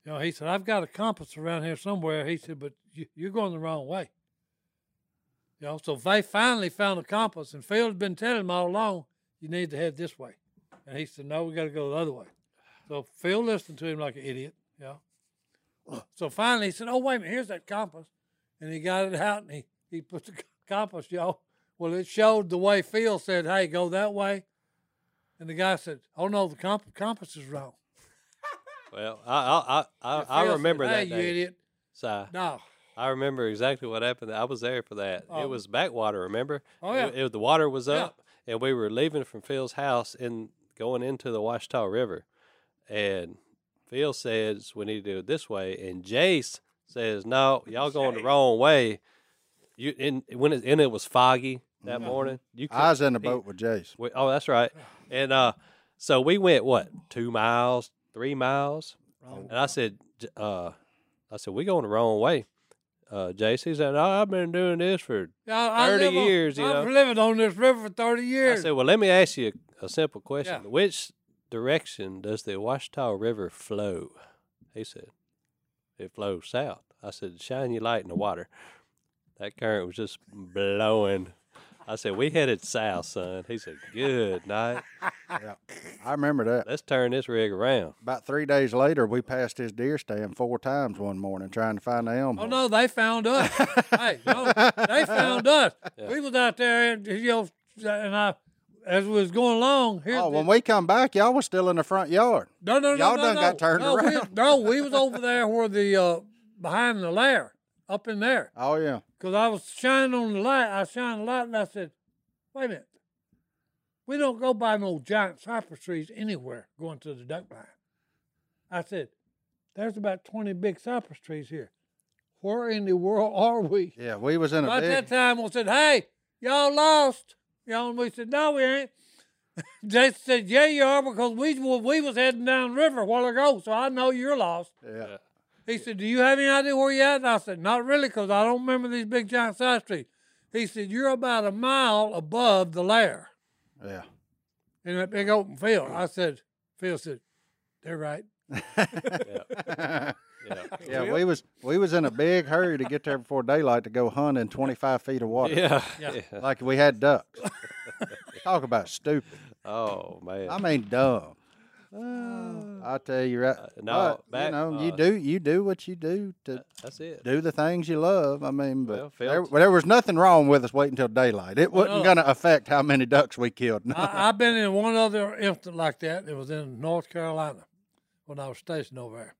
B: You know, he said, "I've got a compass around here somewhere." He said, "But you, you're going the wrong way." You know, so they finally found a compass, and Phil's been telling him all along, "You need to head this way," and he said, "No, we got to go the other way." So Phil listened to him like an idiot. Yeah. So finally he said, "Oh wait a minute, here's that compass," and he got it out and he he put the compass, y'all. Well, it showed the way Phil said, "Hey, go that way," and the guy said, "Oh no, the comp- compass is wrong."
D: Well, I I I, I,
B: And
D: I
B: Phil
D: remember
B: said,
D: that
B: Hey, you
D: day,
B: idiot!
D: Si.
B: No,
D: I remember exactly what happened. I was there for that. it
B: Oh.
D: was backwater, remember?
B: Oh,
D: It-
B: yeah.
D: it- the water was
B: Yeah.
D: up, and we were leaving from Phil's house and going into the Washita River. And Phil says we need to do it this way, and Jace says, "No, y'all going the wrong way." You and when it, and it was foggy, that
B: Mm-hmm.
D: morning. You
A: I was in the
D: he-
A: boat with Jace.
D: We, oh, that's right. And uh, so we went what two miles, three miles, and I said, J- uh, I said we going the wrong way. Uh, JC said, oh, I've been doing this for.
B: I, I
D: 30
B: live on-
D: years, you
B: I've
D: know.
B: living on this river for thirty
D: I
B: years.
D: said, well, let me ask you a, a simple question.
B: Yeah.
D: Which direction does the Washita River flow? He said, it flows south. I said, shine your light in the water. That current was just blowing. I said, we headed south, son. He said, good night.
A: I remember that.
D: Let's turn this rig around.
A: About three days later, we passed his deer stand four times one morning trying to find the elm.
B: Oh
A: hole.
B: no, they found us. hey, no, they found us. We was out there, and you know, and I, as we was going along, here,
A: Oh, when we come back, y'all was still in the front yard.
B: no, no, no,
A: y'all
B: no,
A: done
B: no.
A: got turned
B: no, we-
A: around.
B: no, we was over there where the uh, behind the lair, up in there,
A: Oh yeah,
B: because I was shining on the light. I shined the light, and I said, "Wait a minute, we don't go by no giant cypress trees anywhere going to the duck line." I said, "There's about twenty big cypress trees here. Where in the world are we?"
A: yeah, we was in a
B: By
A: big.
B: that time, we said, "Hey, y'all lost." Y'all, and we said, "No, we ain't." Jason said, "Yeah, you are, because we wa- we was heading down the river a while ago, so I know you're lost."
A: yeah.
B: He said, "Do you have any idea where you at?" And I said, "Not really, because I don't remember these big giant size trees." He said, "You're about a mile above the lair
A: yeah,
B: in that big open field." I said, "Phil said, they're right."
A: yeah. We was we was in a big hurry to get there before daylight to go hunt in twenty five feet of water.
D: Yeah.
B: Yeah.
A: like we had ducks. Talk about stupid.
D: Oh man.
A: I mean dumb.
B: Oh.
A: I tell you right.
D: Uh, no,
A: but, you
D: back-
A: know, you
D: uh,
A: do you do what you do to
D: That's it.
A: do the things you love. I mean, but
D: Well,
A: there,
D: Phelps-
A: there was nothing wrong with us waiting till daylight. It wasn't
B: Oh, no. Uh,
A: going to affect how many ducks we killed. No.
B: I, I've been in one other instance like that. It was in North Carolina when I was stationed over there.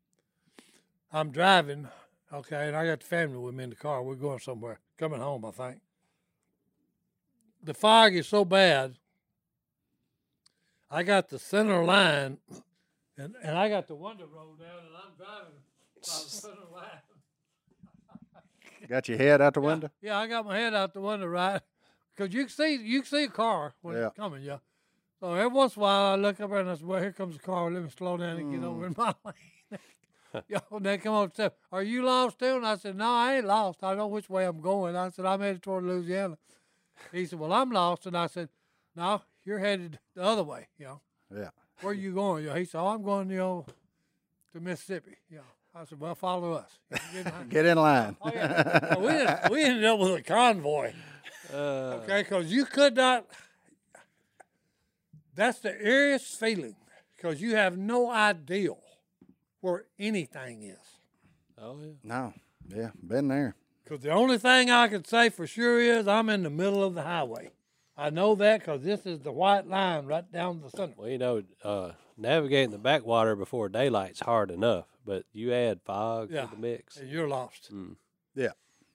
B: I'm driving, okay, and I got the family with me in the car. We're going somewhere, coming home, I think. The fog is so bad. I got the center line, and, and I got the window rolled down, and I'm driving by the center line.
A: Got your head out the window.
B: Yeah, I got my head out the window, right? Because you can see you can see a car when
A: Yeah.
B: it's coming, yeah. So every once in a while, I look up and I say, "Well, here comes a car. Let me slow down and get over in my lane." Yo, and they come up and say, "Are you lost too?" And I said, "No, I ain't lost. I know which way I'm going." I said, "I'm headed toward Louisiana." He said, "Well, I'm lost," and I said, "No, you're headed the other way, you know."
A: Yeah.
B: where you going? You know, he said, oh, I'm going, you know, to Mississippi. You know. I said, well, follow us. You know, get behind-
A: Get in line.
B: oh, yeah. Well, we, ended, we ended up with a convoy,
C: uh,
B: okay, because you could not. That's the eeriest feeling, because you have no idea where anything is.
D: Oh yeah.
A: no. Yeah, been there.
B: Because the only thing I can say for sure is I'm in the middle of the highway. I know that because this is the white line right down the center.
D: Well, you know, uh, navigating the backwater before daylight's hard enough, but you add fog
B: Yeah.
D: to the mix. Mm.
B: And you're lost.
A: Yeah.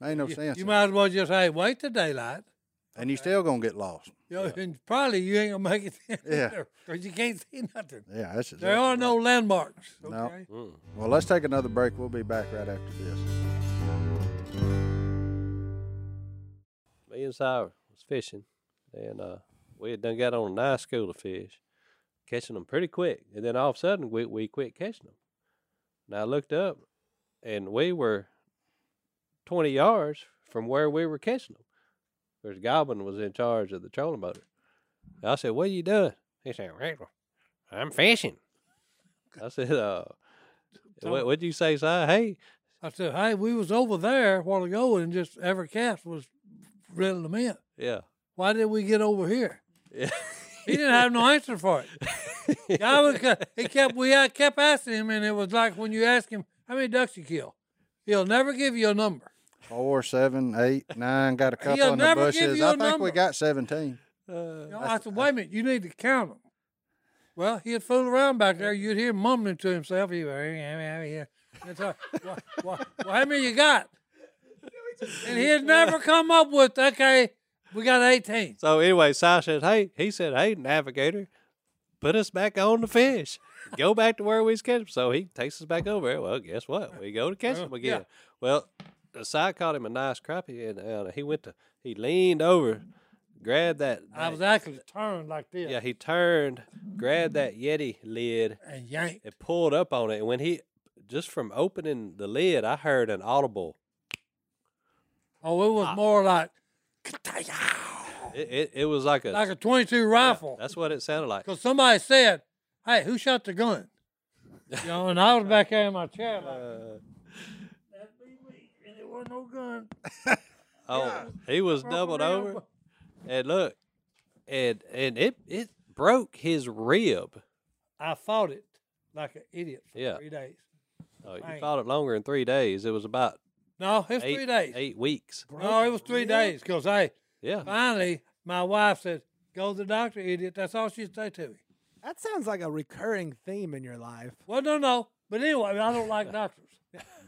A: Ain't no sense.
B: You
A: in it.
B: might as well just say, wait till daylight.
A: and you still going to get lost.
B: You know, And probably you ain't gonna make it
A: Yeah.
B: there because you can't see nothing.
A: Yeah, that's exactly
B: There are no landmarks. Okay.
A: No. Well, let's take another break. We'll be back right after this.
D: Me and Sire was fishing, and uh, we had done got on a nice school of fish, catching them pretty quick, and then all of a sudden we we quit catching them. And I looked up, and we were twenty yards from where we were catching them. There's Goblin was in charge of the trolling motor. And I said, "What are you doing?" He said, "Randall, I'm fishing." I said, "Uh, what would you say, Si? Hey,
B: I said, hey, we was over there a while ago and just every cast was reeling them in.
D: yeah."
B: Why did we get over here? he didn't have no answer for it. I was, he kept we I kept asking him, and it was like when you ask him how many ducks you kill, he'll never give you a number.
A: Four, seven, eight, nine. Got a couple
B: He'll
A: in the
B: never give
A: bushes.
B: you a
A: I think
B: number.
A: we got 17.
D: Uh,
B: You know, I said, wait a minute, you need to count them. Well, he'd fool around back there. You'd hear him mumbling to himself. He'd yeah. That's all. well, well, well, how many you got? And he'd never come up with, okay, we got 18.
D: So anyway, Sai said, "Hey," he said, "Hey, navigator, put us back on the fish. Go back to where we was catching." 'em." So he takes us back over. there. Well, guess what? We
B: Oh,
D: go to catch him again. Well, Sai caught him a nice crappie, and uh, he went to he leaned over, grabbed that.
B: I
D: that-
B: was actually turned like this
D: yeah, he turned, grabbed that Yeti lid,
B: and yanked.
D: and pulled up on it. And when he just from opening the lid, I heard an audible.
B: Oh, it was
D: Ah.
B: more like
D: It it, it was like a
B: like a 22 rifle.
D: that's what it sounded like.
B: Because somebody said, hey, who shot the gun? You know, and I was back there in my chair like,
D: Uh.
B: that'd be me. And it wasn't no gun.
D: Oh, he was doubled
B: around,
D: over, and look, and and it it broke his rib.
B: I fought it like an idiot for
D: Yeah.
B: three days.
D: Oh, you
B: Dang.
D: fought it longer than three days. It was about
B: No, it was
D: eight,
B: three days.
D: eight weeks.
B: No, it was three days. Because, hey,
D: Yeah,
B: finally, my wife said, go to the doctor, idiot. That's all she'd say to me.
C: That sounds like a recurring theme in your life.
B: Well, no, no. But anyway, I don't like doctors.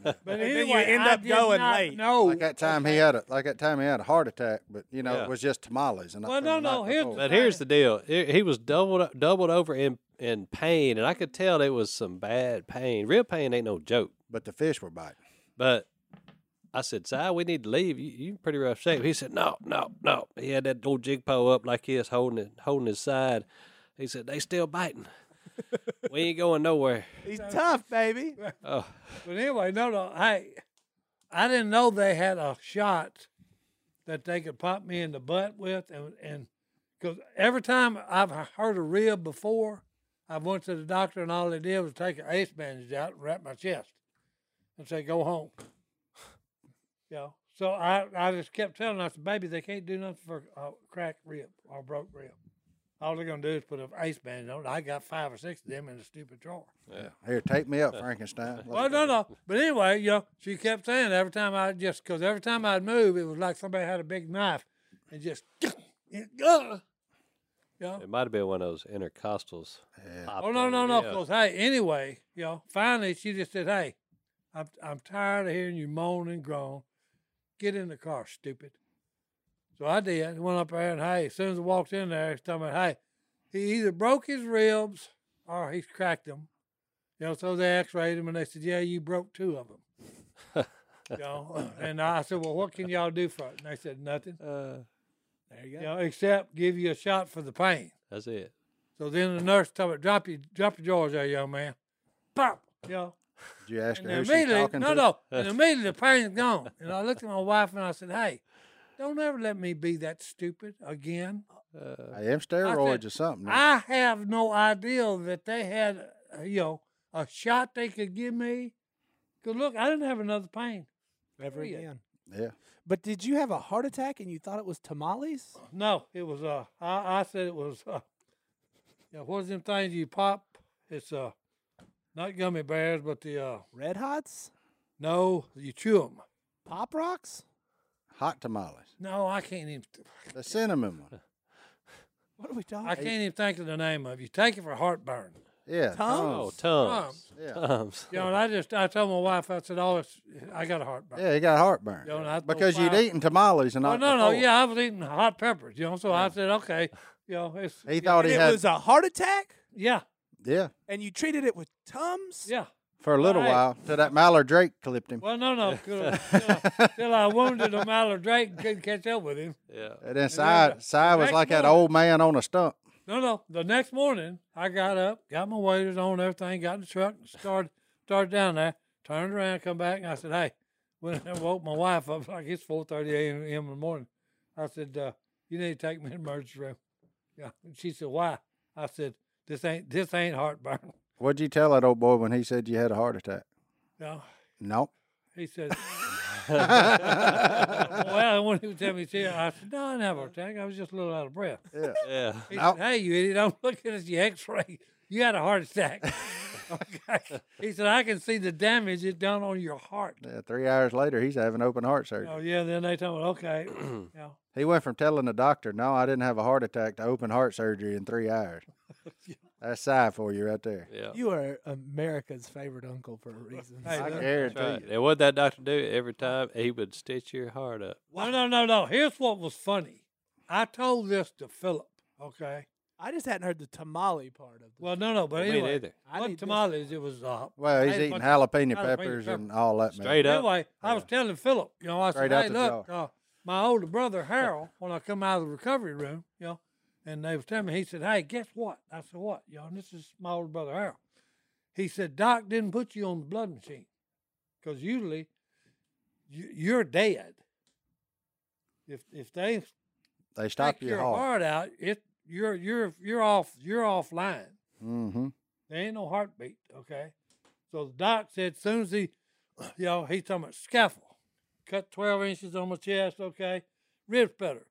B: But anyway,
C: then you end
B: I
C: up
B: did
C: going
B: not
C: late.
B: know
A: Like that time he had a like that time he had a heart attack, but you know
D: Yeah.
A: it was just tamales. And I
B: Well,
A: from the
B: no, no,
A: night
B: here's
A: before.
D: but here's the deal. He- he was doubled up- doubled over in in pain, and I could tell it was some bad pain. Real pain ain't no joke.
A: but the fish were biting.
D: But I said, "Si, we need to leave. You you in pretty rough shape." He said, "No, no, no." He had that old jig pole up like this, holding it, holding his side. He said, "They still biting. we ain't going nowhere."
C: He's tough, baby.
D: Oh,
B: But anyway, no, no, I, I didn't know they had a shot that they could pop me in the butt with, and and because every time I've hurt a rib before, I went to the doctor and all they did was take an ace bandage out and wrap my chest, and say go home. You know, so I I just kept telling them, I said, baby, they can't do nothing for a cracked rib or a broke rib. All they're gonna do is put an ace bandage on. it. I got five or six of them in the stupid drawer.
A: Yeah. Here, take me up, Frankenstein. Look,
B: Uh, Well, no, no. But anyway, you know, she kept saying every time I just because every time I'd move, it was like somebody had a big knife and just, you know.
D: it might have been one of those intercostals.
B: Oh no, no, no. Because hey, anyway, you know, finally she just said, "Hey, I'm I'm tired of hearing you moan and groan. Get in the car, stupid." So I did. Went up there and hey, as soon as I walked in there, it's talking about, hey, he either broke his ribs or he's cracked them. You know, so they X-rayed him and they said, "Yeah, you broke two of them." you know, and I said, "Well, what can y'all do for it?" And they said, "Nothing,
D: Uh,
C: There
B: you
C: you go.
B: know, except give you a shot for the pain."
D: that's it.
B: So then the nurse told me, drop your drop your drawers there, young man. Pop, you know.
A: Did you ask
B: And
A: her who she
B: immediately
A: talking to?
B: no no. And immediately the pain's gone. And I looked at my wife and I said, Hey, don't ever let me be that stupid again.
A: I am steroids or something.
B: I have no idea that they had uh, you know, a shot they could give me. Cause look, I didn't have another pain.
C: Never
B: Period.
C: again.
A: yeah.
C: But did you have a heart attack and you thought it was tamales?
B: No, it was uh I, I said it was uh you know, what's them things you pop? It's uh not gummy bears, but the uh
C: Red Hots?
B: no, you chew them.
C: Pop Rocks?
A: Hot tamales.
B: No, I can't even.
A: The cinnamon one.
C: What are we talking?
B: I can't even think of the name of you. Take it for heartburn.
A: Yeah.
D: Oh,
C: Tums?
D: Tums.
A: Yeah.
D: Tums.
B: You know, and I just I told my wife I said, "Oh, it's, I got a heartburn."
A: Yeah, he got heartburn.
B: Yo, and I thought,
A: because you'd
B: wow.
A: eaten tamales and
B: Oh
A: not
B: no, no, yeah, I was eating hot peppers. You know, so I said, "Okay, you know, it's
A: He thought
C: And
A: he
C: it
A: had
C: was a heart attack
B: yeah,
A: yeah
C: and you treated it with Tums?
B: yeah."
A: for a little
B: Right.
A: while till that Mallard Drake clipped him.
B: Well, no, no, till, till I, till I wounded a Mallard Drake and couldn't catch up with him.
D: Yeah.
A: and then Cy, Cy was
B: next
A: like that
B: morning-
A: old man on a stump.
B: No, no. The next morning, I got up, got my waders on, everything, got in the truck, and started started down there. Turned around, come back, and I said, "Hey," when I woke my wife up, like it's four thirty a.m. in the morning. I said, uh, "You need to take me to the emergency room." Yeah, and she said, "Why?" I said, "This ain't this ain't heartburn."
A: What'd you tell that old boy when he said you had a heart attack?
B: No,
A: No.
B: he said. well, when he was telling me, he said, I said, "No, I didn't have a heart attack. I was just a little out of breath."
D: Yeah.
B: He
A: Nope.
B: said, "Hey, you idiot! I'm looking at your X-ray. You had a heart attack." okay. He said, "I can see the damage it done on your heart."
A: Yeah, Uh, three hours later, he's having open heart surgery.
B: Oh yeah. Then they told me, "Okay, yeah,
A: He went from telling the doctor, "No, I didn't have a heart attack," to open heart surgery in three hours. That's Cy for you right there.
D: Yeah.
C: You are America's favorite uncle for a reason.
B: hey,
A: I
B: look.
A: guarantee
D: Right.
A: you.
D: And what that doctor do every time he would stitch your heart up.
B: no, no, no, no." Here's what was funny. I told this to Philip. Okay.
C: I just hadn't heard the tamale part of the
B: Well, no, no, but
D: Me
B: anyway,
D: neither.
C: I need
B: what
C: this.
B: tamales? It was uh,
A: Well, he's
B: I had a
A: eating
B: bunch
A: jalapeno
B: jalapeno
A: peppers
B: pepper.
A: and all that. man.
D: Straight up.
B: Anyway, I was telling Philip, you know, I
A: Straight
B: said,
A: out
B: hey,
A: the
B: look, uh, my older brother Harold, when I come out of the recovery room, you know, and they was telling me, he said, "Hey, guess what?" I said, "What?" You know, and this is my older brother Harold. He said, "Doc didn't put you on the blood machine, because usually you, you're dead. If if they
A: They stop
B: take
A: your
B: your
A: heart.
B: heart out, it you're you're you're off you're offline."
A: Mm-hmm.
B: There ain't no heartbeat, okay? So the doc said, soon as he, you know, he's talking about scaffold. Cut 12 inches on my chest, okay? Ribs better.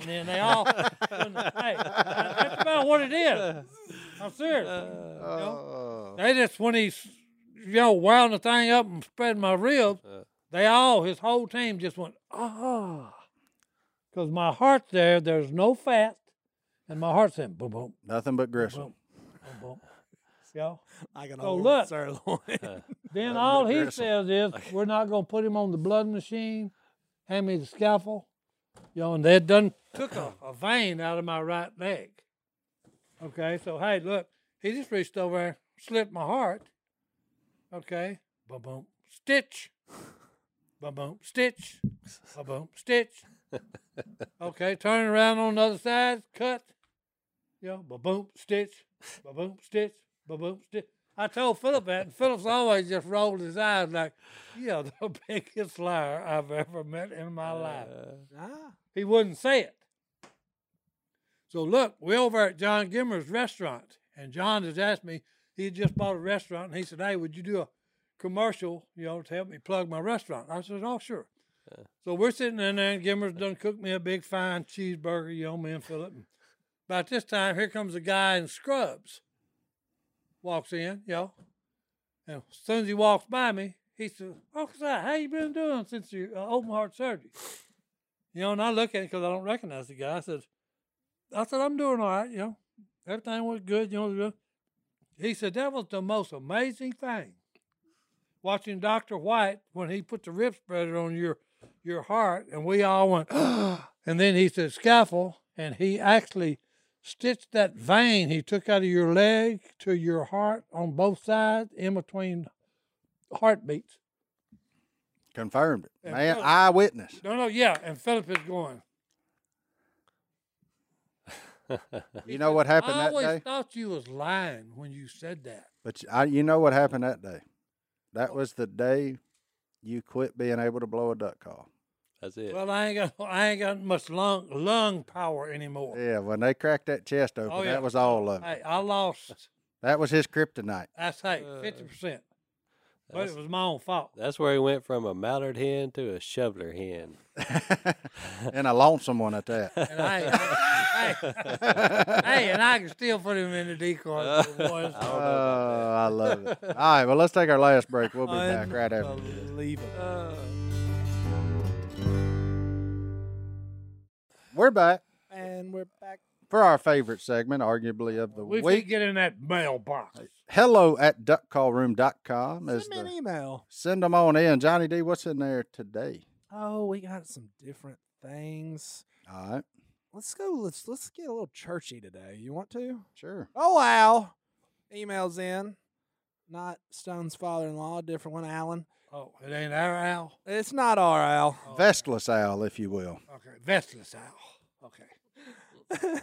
B: and then they all, hey, that's about what it is. I'm serious. you know?
A: Oh,
B: They just, when he's, you know, wound the thing up and spread my ribs, they all, his whole team just went, ah. Because my heart's there, there's no fat, and my heart's saying, boom, boom,
A: nothing but gristle.
B: boom, boom, boom. Yeah.
C: Like an
B: So
C: old
B: look.
C: sirloin.
B: Then all he
A: gristle.
B: says is, "We're not gonna put him on the blood machine. Hand me the scalpel." You know, and they done took a, a vein out of my right leg. Okay, so hey, look, he just reached over, and slit my heart. Okay, boom, boom, stitch, boom, boom, stitch, boom, boom, stitch. Okay, turn around on the other side, cut. You know, boom, boom, stitch, boom, boom, stitch, boom, boom, stitch. I told Philip that, and Philip's always just rolled his eyes like, "You're the biggest liar I've ever met in my life."
C: ah,
B: He wouldn't say it. So look, we're over at John Gimmer's restaurant, and John has asked me. He had just bought a restaurant, and he said, "Hey, would you do a commercial, you know, to help me plug my restaurant?" I said, "Oh, sure." So we're sitting in there, and Gimmer's done cooked me a big fine cheeseburger, you know, me and Philip. And about this time, here comes a guy in scrubs. Walks in, you know, and as soon as he walks by me, he said, "Officer, how you been doing since your uh, open heart surgery?" You know, and I look at him because I don't recognize the guy. I said, I said, I'm doing all right, you know. Everything was good, you know. He said, that was the most amazing thing. Watching Dr. White when he put the rib spreader on your your heart, and we all went, and then he said, scaffold, and he actually stitched that vein he took out of your leg to your heart on both sides in between heartbeats.
A: Confirmed it.
B: And
A: Man,
B: Philip-
A: eyewitness.
B: No, no, yeah. And Philip is going,
A: You know what happened
B: I
A: that
B: always
A: day?
B: thought you was lying when you said that.
A: But you- I, you know what happened that day? That was the day you quit being able to blow a duck call.
D: That's it.
B: Well, I ain't got I ain't got much lung lung power anymore.
A: Yeah, when they cracked that chest open,
B: Oh, yeah.
A: that was all of it.
B: Hey, I lost.
A: That was his kryptonite.
B: I say
C: Uh,
B: fifty percent, but it was my own fault.
D: That's where he went from a mallard hen to a shoveler hen.
A: and a lonesome one at that.
B: And I, hey, hey, and I can still put him in the decoy. boys.
A: Oh, I love it. All right, well, let's take our last break. We'll be back right after. this.
C: unbelievable.
A: We're back
C: and we're back.
A: for our favorite segment, arguably of the
B: we
A: week.
B: could get in that mailbox.
A: Hello at duckcallroom.com. Is
C: Send me an
A: the,
C: email.
A: send them on in. Johnny D, what's in there today?
C: Oh, we got some different things.
A: All right,
C: Let's go. Let's let's get a little churchy today. You want to?
A: sure.
C: Oh wow! Emails in. Not Stone's father-in-law. Different one, Alan.
B: Oh, it ain't our owl.
C: It's not our Al.
B: Oh,
A: Vestless owl, if you will.
B: Okay, vestless owl. Okay.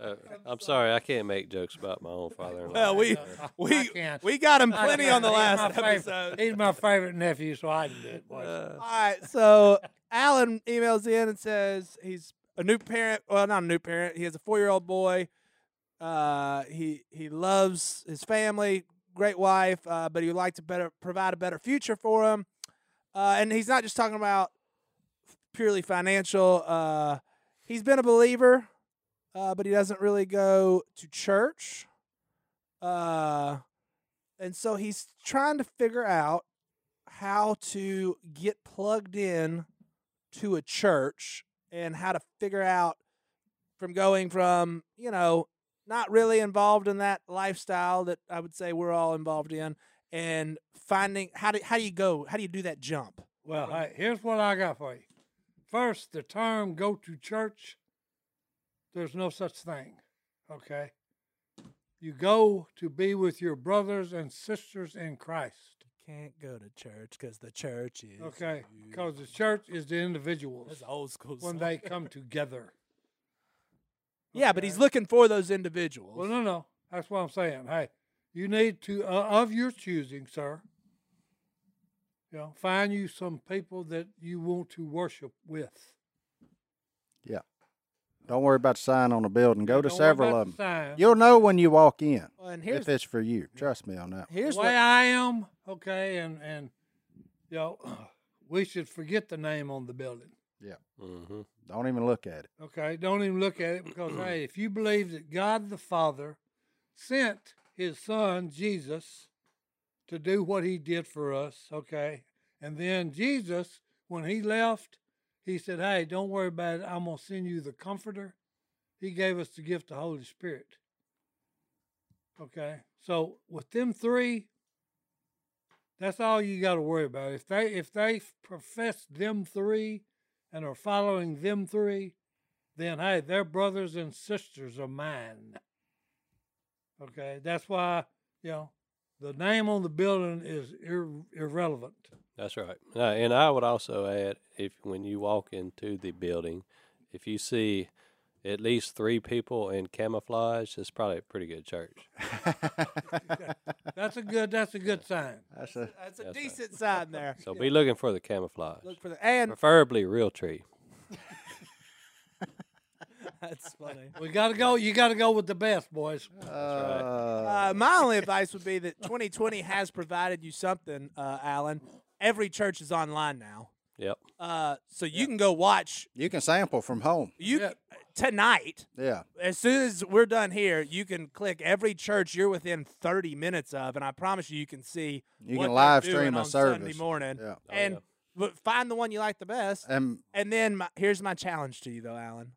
D: Uh, I'm sorry, I can't make jokes about my own father-in-law.
C: Well, we
B: I- I
C: we
B: can't.
C: we got him plenty
B: I-
C: on the
B: he's
C: last
B: my favorite-
C: episode.
B: He's my favorite nephew, so I can do it. boys.
C: All right, so Alan emails in and says he's a new parent. Well, not a new parent. He has a four-year-old boy. Uh, he he loves his family, great wife, uh, but he would like to better provide a better future for him. Uh, and he's not just talking about purely financial. Uh, he's been a believer, uh, but he doesn't really go to church. Uh, and so he's trying to figure out how to get plugged in to a church and how to figure out from going from, you know, not really involved in that lifestyle that I would say we're all involved in and finding how do how do you go? How do you do that jump?
B: Well, hey, here's what I got for you. First, the term go to church, there's no such thing. Okay? You go to be with your brothers and sisters in Christ.
C: can't go to church because the church is
B: Okay,
C: you."
B: because the church is the individuals
C: That's old school.
B: when
C: song.
B: they come together.
C: yeah, but he's looking for those individuals.
B: Well, no, no, that's what I'm saying. Hey, you need to uh, of your choosing, sir. You know, find you some people that you want to worship with.
A: Yeah. Don't worry about the sign on the building. Go to
B: Don't worry
A: several
B: about
A: of
B: the
A: them.
B: sign. Oh,
A: You'll know when you walk in
C: Well, and here's
A: if it's for you. Trust me on that.
C: here's
B: the way
C: what
B: I am, okay, and and you know, we should forget the name on the building.
D: Mm-hmm.
A: Don't even look at it.
B: Okay, don't even look at it because hey, if you believe that God the Father sent His Son Jesus to do what He did for us, okay, and then Jesus, when He left, He said, "Hey, don't worry about it. I'm gonna send you the Comforter." He gave us the gift of the Holy Spirit. Okay, so with them three, that's all you got to worry about. If they if they profess them three and are following them three, then hey, they're brothers and sisters of mine. Okay, that's why you know the name on the building is ir- irrelevant.
D: That's right. Uh, and I would also add, if when you walk into the building, if you see at least three people in camouflage, it's probably a pretty good church.
B: That's a good. That's a good sign.
A: That's a,
C: that's a
D: Yes, sir.
C: decent sign there.
D: So be looking for the camouflage,
C: Look for the and
D: preferably real tree.
C: that's funny.
B: We got to go. You got to go with the best, boys.
A: uh,
C: Uh, my only advice would be that 2020 has provided you something, uh, Alan. Every church is online now,
D: Yep.
C: uh, so you can go watch
A: you can sample from home.
C: you
B: Yeah.
C: tonight.
A: Yeah.
C: As soon as we're done here, you can click every church you're within 30 minutes of, and I promise you, you can see
A: You
C: what
A: can
C: they're
A: live
C: doing
A: stream a
C: on Sunday
A: service.
C: morning,
A: Yeah.
D: Oh,
C: and
D: yeah.
C: but find the one you like the best.
A: And
C: And then my, here's my challenge to you, though, Alan.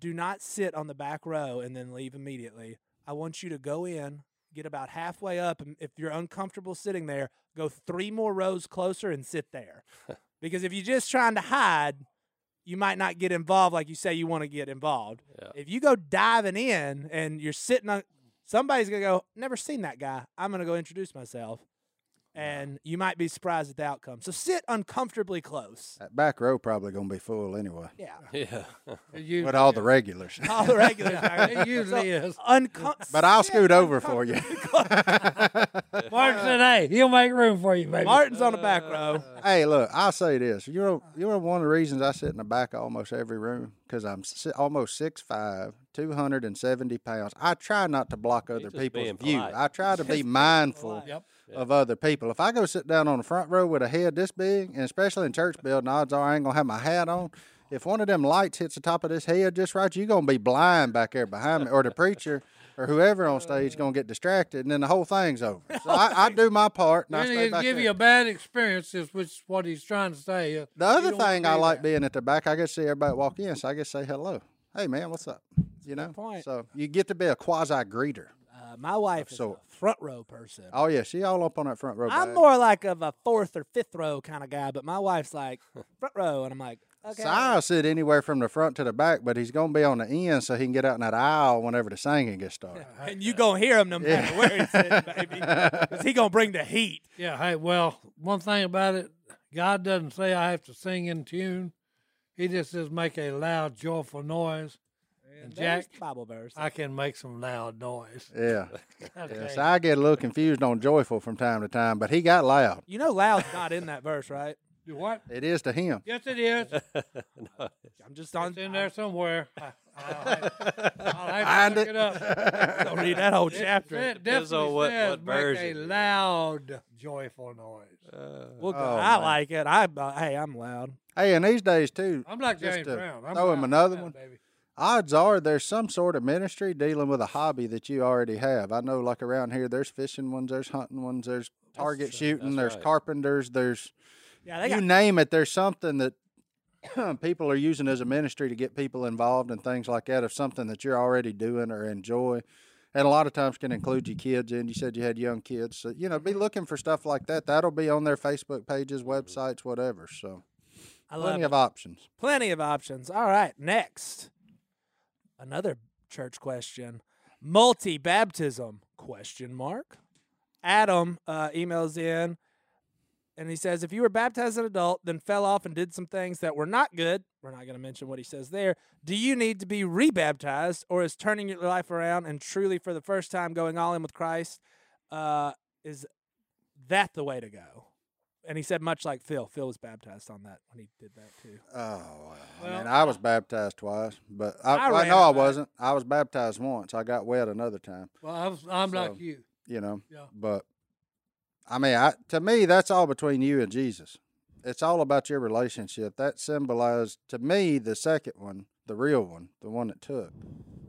C: Do not sit on the back row and then leave immediately. I want you to go in, get about halfway up, and if you're uncomfortable sitting there, go three more rows closer and sit there. because if you're just trying to hide, you might not get involved like you say you want to get involved.
D: Yeah.
C: If you go diving in and you're sitting on, somebody's gonna go, never seen that guy. I'm gonna go introduce myself, and you might be surprised at the outcome. So sit uncomfortably close.
A: that back row probably going to be full anyway.
C: Yeah.
D: Yeah.
B: It usually,
A: With all the regulars.
C: All the regulars. are-
B: it usually is.
C: Uncom-
A: but I'll
C: sit
A: scoot over for you.
B: Martin said, "Hey, he'll make room for you,
C: uncom-
B: baby."
C: Martin's on the back row.
A: hey, look, I'll say this. You know, you know, one of the reasons I sit in the back of almost every room because I'm si- almost 6'5", 270 pounds. I try not to block other
D: just
A: people's
D: being
A: view.
D: polite.
A: I try to be mindful
B: Yep.
A: of other people. If I go sit down on the front row with a head this big, and especially in church building, odds are I ain't gonna have my hat on. If one of them lights hits the top of this head just right, you gonna be blind back there behind me, or the preacher, or whoever on stage gonna get distracted, and then the whole thing's over. So I, I do my part, and I
B: Really,
A: stay
B: it'll
A: back
B: give
A: there.
B: you a bad experience, is which is what he's trying to say. uh,
A: The
B: you
A: other
B: don't wanna
A: thing I
B: be
A: like
B: there.
A: being at the back, I get to see everybody walk in, so I get to say hello. Hey man, what's up? You know,
C: point.
A: so you get to be a quasi greeter.
C: Uh, my wife is
A: So-
C: a front row person.
A: Oh yeah, she all up on that front row.
C: I'm
A: bag.
C: more like of a fourth or fifth row kind of guy, but my wife's like front row, and I'm like, okay.
A: Si will sit anywhere from the front to the back, but he's gonna be on the end so he can get out in that aisle whenever the singing gets started.
C: And you gonna hear him no matter where he's sitting, baby. 'Cause he gonna bring the heat.
B: Yeah, hey, well, one thing about it, God doesn't say I have to sing in tune. He just says make a loud, joyful noise. And,
C: There's
B: Jack,
C: the Bible verse.
B: I can make some loud noise.
A: Yeah.
B: Okay.
A: yeah. So I get a little confused on joyful from time to time, but he got loud.
C: You know, loud's not in that verse, right?
B: You what?
A: It is to him.
B: Yes, it is.
C: I'm just on.
B: It's in there somewhere. I, I'll, have- I'll have
A: Find
B: to look
A: it.
B: it up.
C: I'm gonna read that whole chapter.
B: It
D: Depends on
B: definitely
D: what-
B: says
D: what
B: make a
D: version.
B: loud, joyful noise.
C: Well,
A: Oh,
C: I
A: man.
C: like it. I uh, hey, I'm loud.
A: Hey, and these days too,
B: I'm like
A: Just
B: James
A: to
B: Brown. I'm
A: throw him
B: loud
A: another
B: now,
A: one.
B: Baby.
A: odds are there's some sort of ministry dealing with a hobby that you already have. I know, like around here, there's fishing ones, there's hunting ones, there's target shooting,
D: That's
A: there's
D: right.
A: carpenters, there's
C: Yeah, they
A: you
C: got
A: name it, there's something that people are using as a ministry to get people involved and things like that of something that you're already doing or enjoy. And a lot of times can include your kids in. You said you had young kids. So, you know, be looking for stuff like that. That'll be on their Facebook
D: Mm-hmm.
A: pages, websites, whatever. So
C: I love
A: plenty
C: it.
A: of options.
C: Plenty of options. All right, next. Another church question. Multi baptism question mark. Adam uh, emails in and he says, If you were baptized as an adult, then fell off and did some things that were not good, we're not going to mention what he says there. Do you need to be rebaptized, or is turning your life around and truly for the first time going all in with Christ, uh, is that the way to go? And he said, much like Phil, Phil was baptized on that when he did that too.
A: Oh, wow. I mean,
C: Well,
A: I was baptized twice, but I,
C: I
A: I,
C: ran
A: know I
C: it back.
A: wasn't. I was baptized once. I got wet another time.
B: Well, I'm, I'm
A: So-
B: like you.
A: You know.
B: Yeah.
A: But I mean, I to me, that's all between you and Jesus. It's all about your relationship. That symbolized to me the second one, the real one, the one that took,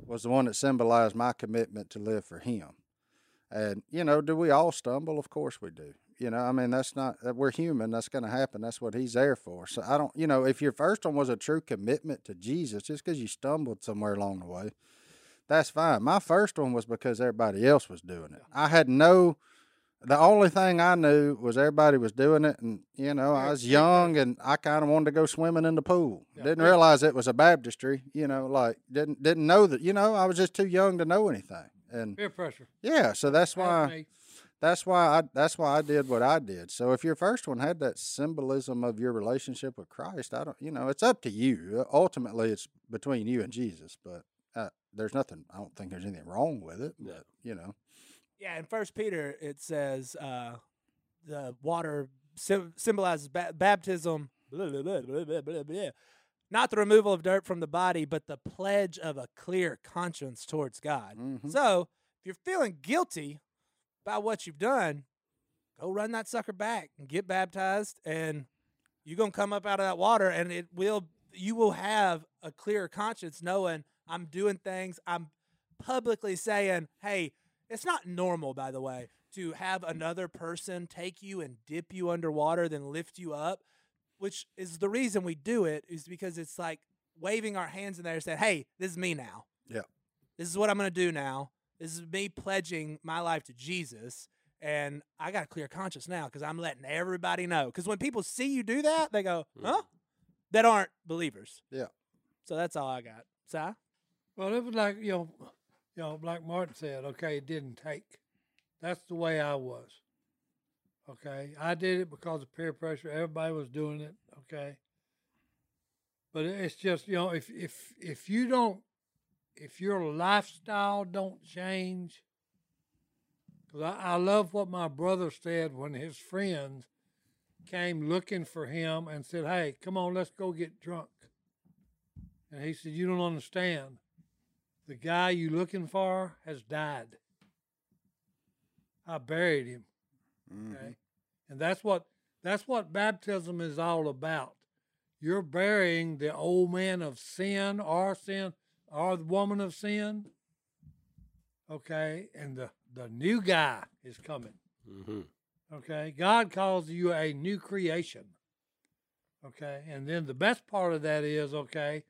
A: was the one that symbolized my commitment to live for Him. And you know, do we all stumble? Of course we do. You know, I mean, that's not that we're human. That's going to happen. That's what He's there for. So I don't, you know, if your first one was a true commitment to Jesus, just because you stumbled somewhere along the way, that's fine. My first one was because everybody else was doing it. I had no. The only thing I knew was everybody was doing it, and you know, I was young, and I kind of wanted to go swimming in the pool. Didn't realize it was a baptistry. You know, like didn't didn't know that. You know, I was just too young to know anything, and
B: Peer pressure.
A: yeah, so that's
B: Help
A: why
B: me.
A: that's why I that's why I did what I did. So if your first one had that symbolism of your relationship with Christ, I don't, you know, it's up to you. Uh, Ultimately, it's between you and Jesus. But uh, there's nothing. I don't think there's anything wrong with it.
D: No.
A: but, you know,
C: Yeah, in First Peter it says uh, the water sym symbolizes ba- baptism, blah, blah, blah, blah, blah, blah, blah. not the removal of dirt from the body, but the pledge of a clear conscience towards God.
A: Mhm.
C: So if you're feeling guilty about what you've done, go run that sucker back and get baptized, and you're gonna come up out of that water, and it will you will have a clear conscience, knowing I'm doing things I'm publicly saying, hey, it's not normal, by the way, to have another person take you and dip you underwater, then lift you up, which is the reason we do it, is because it's like waving our hands in there and saying, hey, this is me now.
A: Yeah.
C: This is what I'm going to do now. This is me pledging my life to Jesus. And I got a clear conscience now because I'm letting everybody know. Because when people see you do that, they go, huh? That aren't believers.
A: Mm-hmm. Yeah.
C: So that's all I got. Si?
B: Well, it was like you know, you know, like Martin said. Okay, it didn't take. That's the way I was. Okay, I did it because of peer pressure. Everybody was doing it. Okay, but it- it's just you know, if if if you don't, if your lifestyle don't change, because I, I love what my brother said when his friends came looking for him and said, "Hey, come on, let's go get drunk." And he said, You don't understand. The guy you looking for has died. I buried him.
A: mm,
B: Okay. And that's what that's what baptism is all about. You're burying the old man of sin, our sin, or the woman of sin. Okay, and the, the new guy is coming.
D: Mm-hmm.
B: Okay. God calls you a new creation. Okay. And then the best part of that is, okay,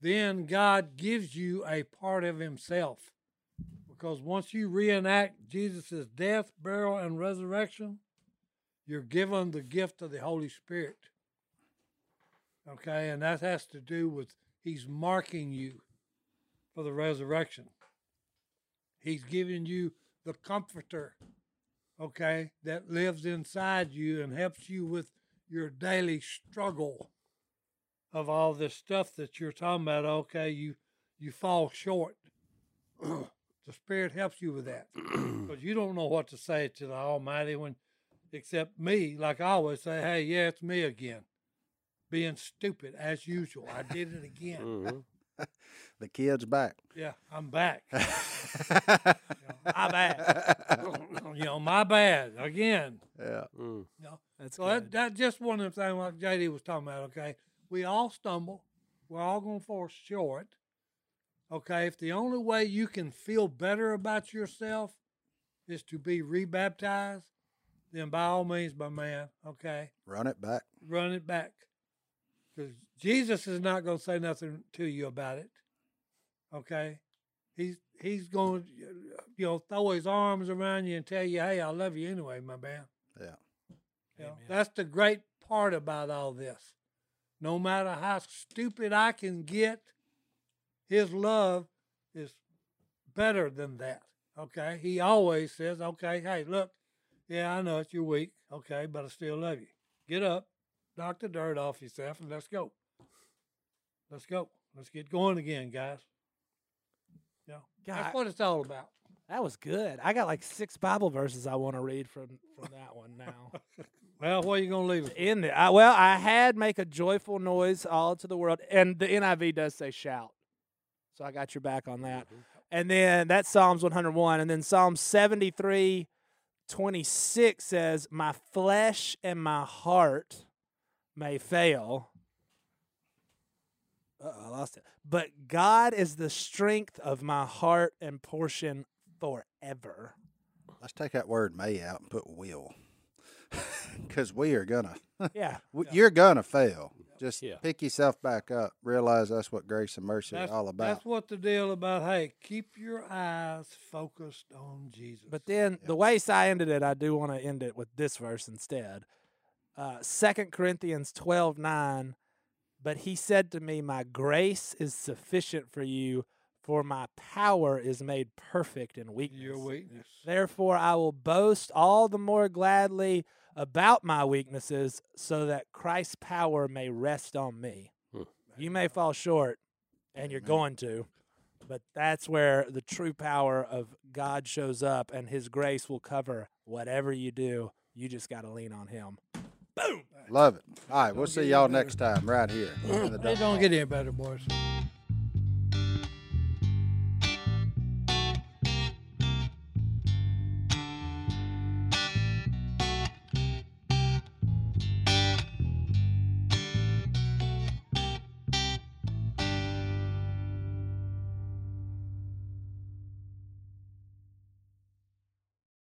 B: then God gives you a part of Himself. Because once you reenact Jesus' death, burial, and resurrection, you're given the gift of the Holy Spirit. Okay. And that has to do with He's marking you for the resurrection, He's giving you the comforter okay, that lives inside you and helps you with your daily struggle of all this stuff that you're talking about. Okay, you you fall short. the Spirit helps you with that because you don't know what to say to the Almighty when, except me. Like I always say, hey, yeah, it's me again, being stupid as usual. I did it again.
D: Mm-hmm.
A: the kid's back.
B: yeah, I'm back.
C: My bad.
B: you know, my bad again.
A: Yeah.
D: Mm.
B: You know,
C: That's
B: So that,
C: good.
B: that's just one of the things like JD was talking about, okay? We all stumble. We're all going to fall short. Okay, if the only way you can feel better about yourself is to be rebaptized, then by all means, my man, okay,
A: Run it back.
B: run it back. Because Jesus is not going to say nothing to you about it. Okay? He's he's going to you know throw his arms around you and tell you, "Hey, I love you anyway, my man."
A: Yeah.
B: You know, that's the great part about all this. No matter how stupid I can get, his love is better than that. Okay. He always says, okay, hey, look, Yeah, I know it's you're weak. Okay, but I still love you. Get up, knock the dirt off yourself, and let's go. Let's go. Let's get going again, guys. Yeah,
C: God.
B: that's what it's all about.
C: That was good. I got like six Bible verses I want to read from from that one now.
B: Well, where you gonna leave it?
C: In there, I, well, I had make a joyful noise all to the world, and the NIV does say shout, so I got your back on that. And then that's Psalms 101, and then Psalm 73, 26 says, "My flesh and my heart may fail." Uh, I lost it. But God is the strength of my heart and portion forever.
A: Let's take that word "may" out and put "will," because we are gonna,
C: Yeah.
A: w you're gonna fail. Just
D: Yeah.
A: pick yourself back up. Realize that's what grace and mercy is all about.
B: That's what the deal about. Hey, keep your eyes focused on Jesus.
C: But then the ways I ended it, I do want to end it with this verse instead. Uh, Second Corinthians twelve nine. But he said to me, My grace is sufficient for you, for my power is made perfect in weakness.
B: your weakness.
C: Therefore, I will boast all the more gladly about my weaknesses, so that Christ's power may rest on me.
D: Hmm.
C: You may fall short, and you're going to, but that's where the true power of God shows up, and His grace will cover whatever you do. You just got to lean on Him.
A: Love it. All right, we'll see y'all next time right here. in the Dump
B: They don't
A: Hall.
B: get any better, boys.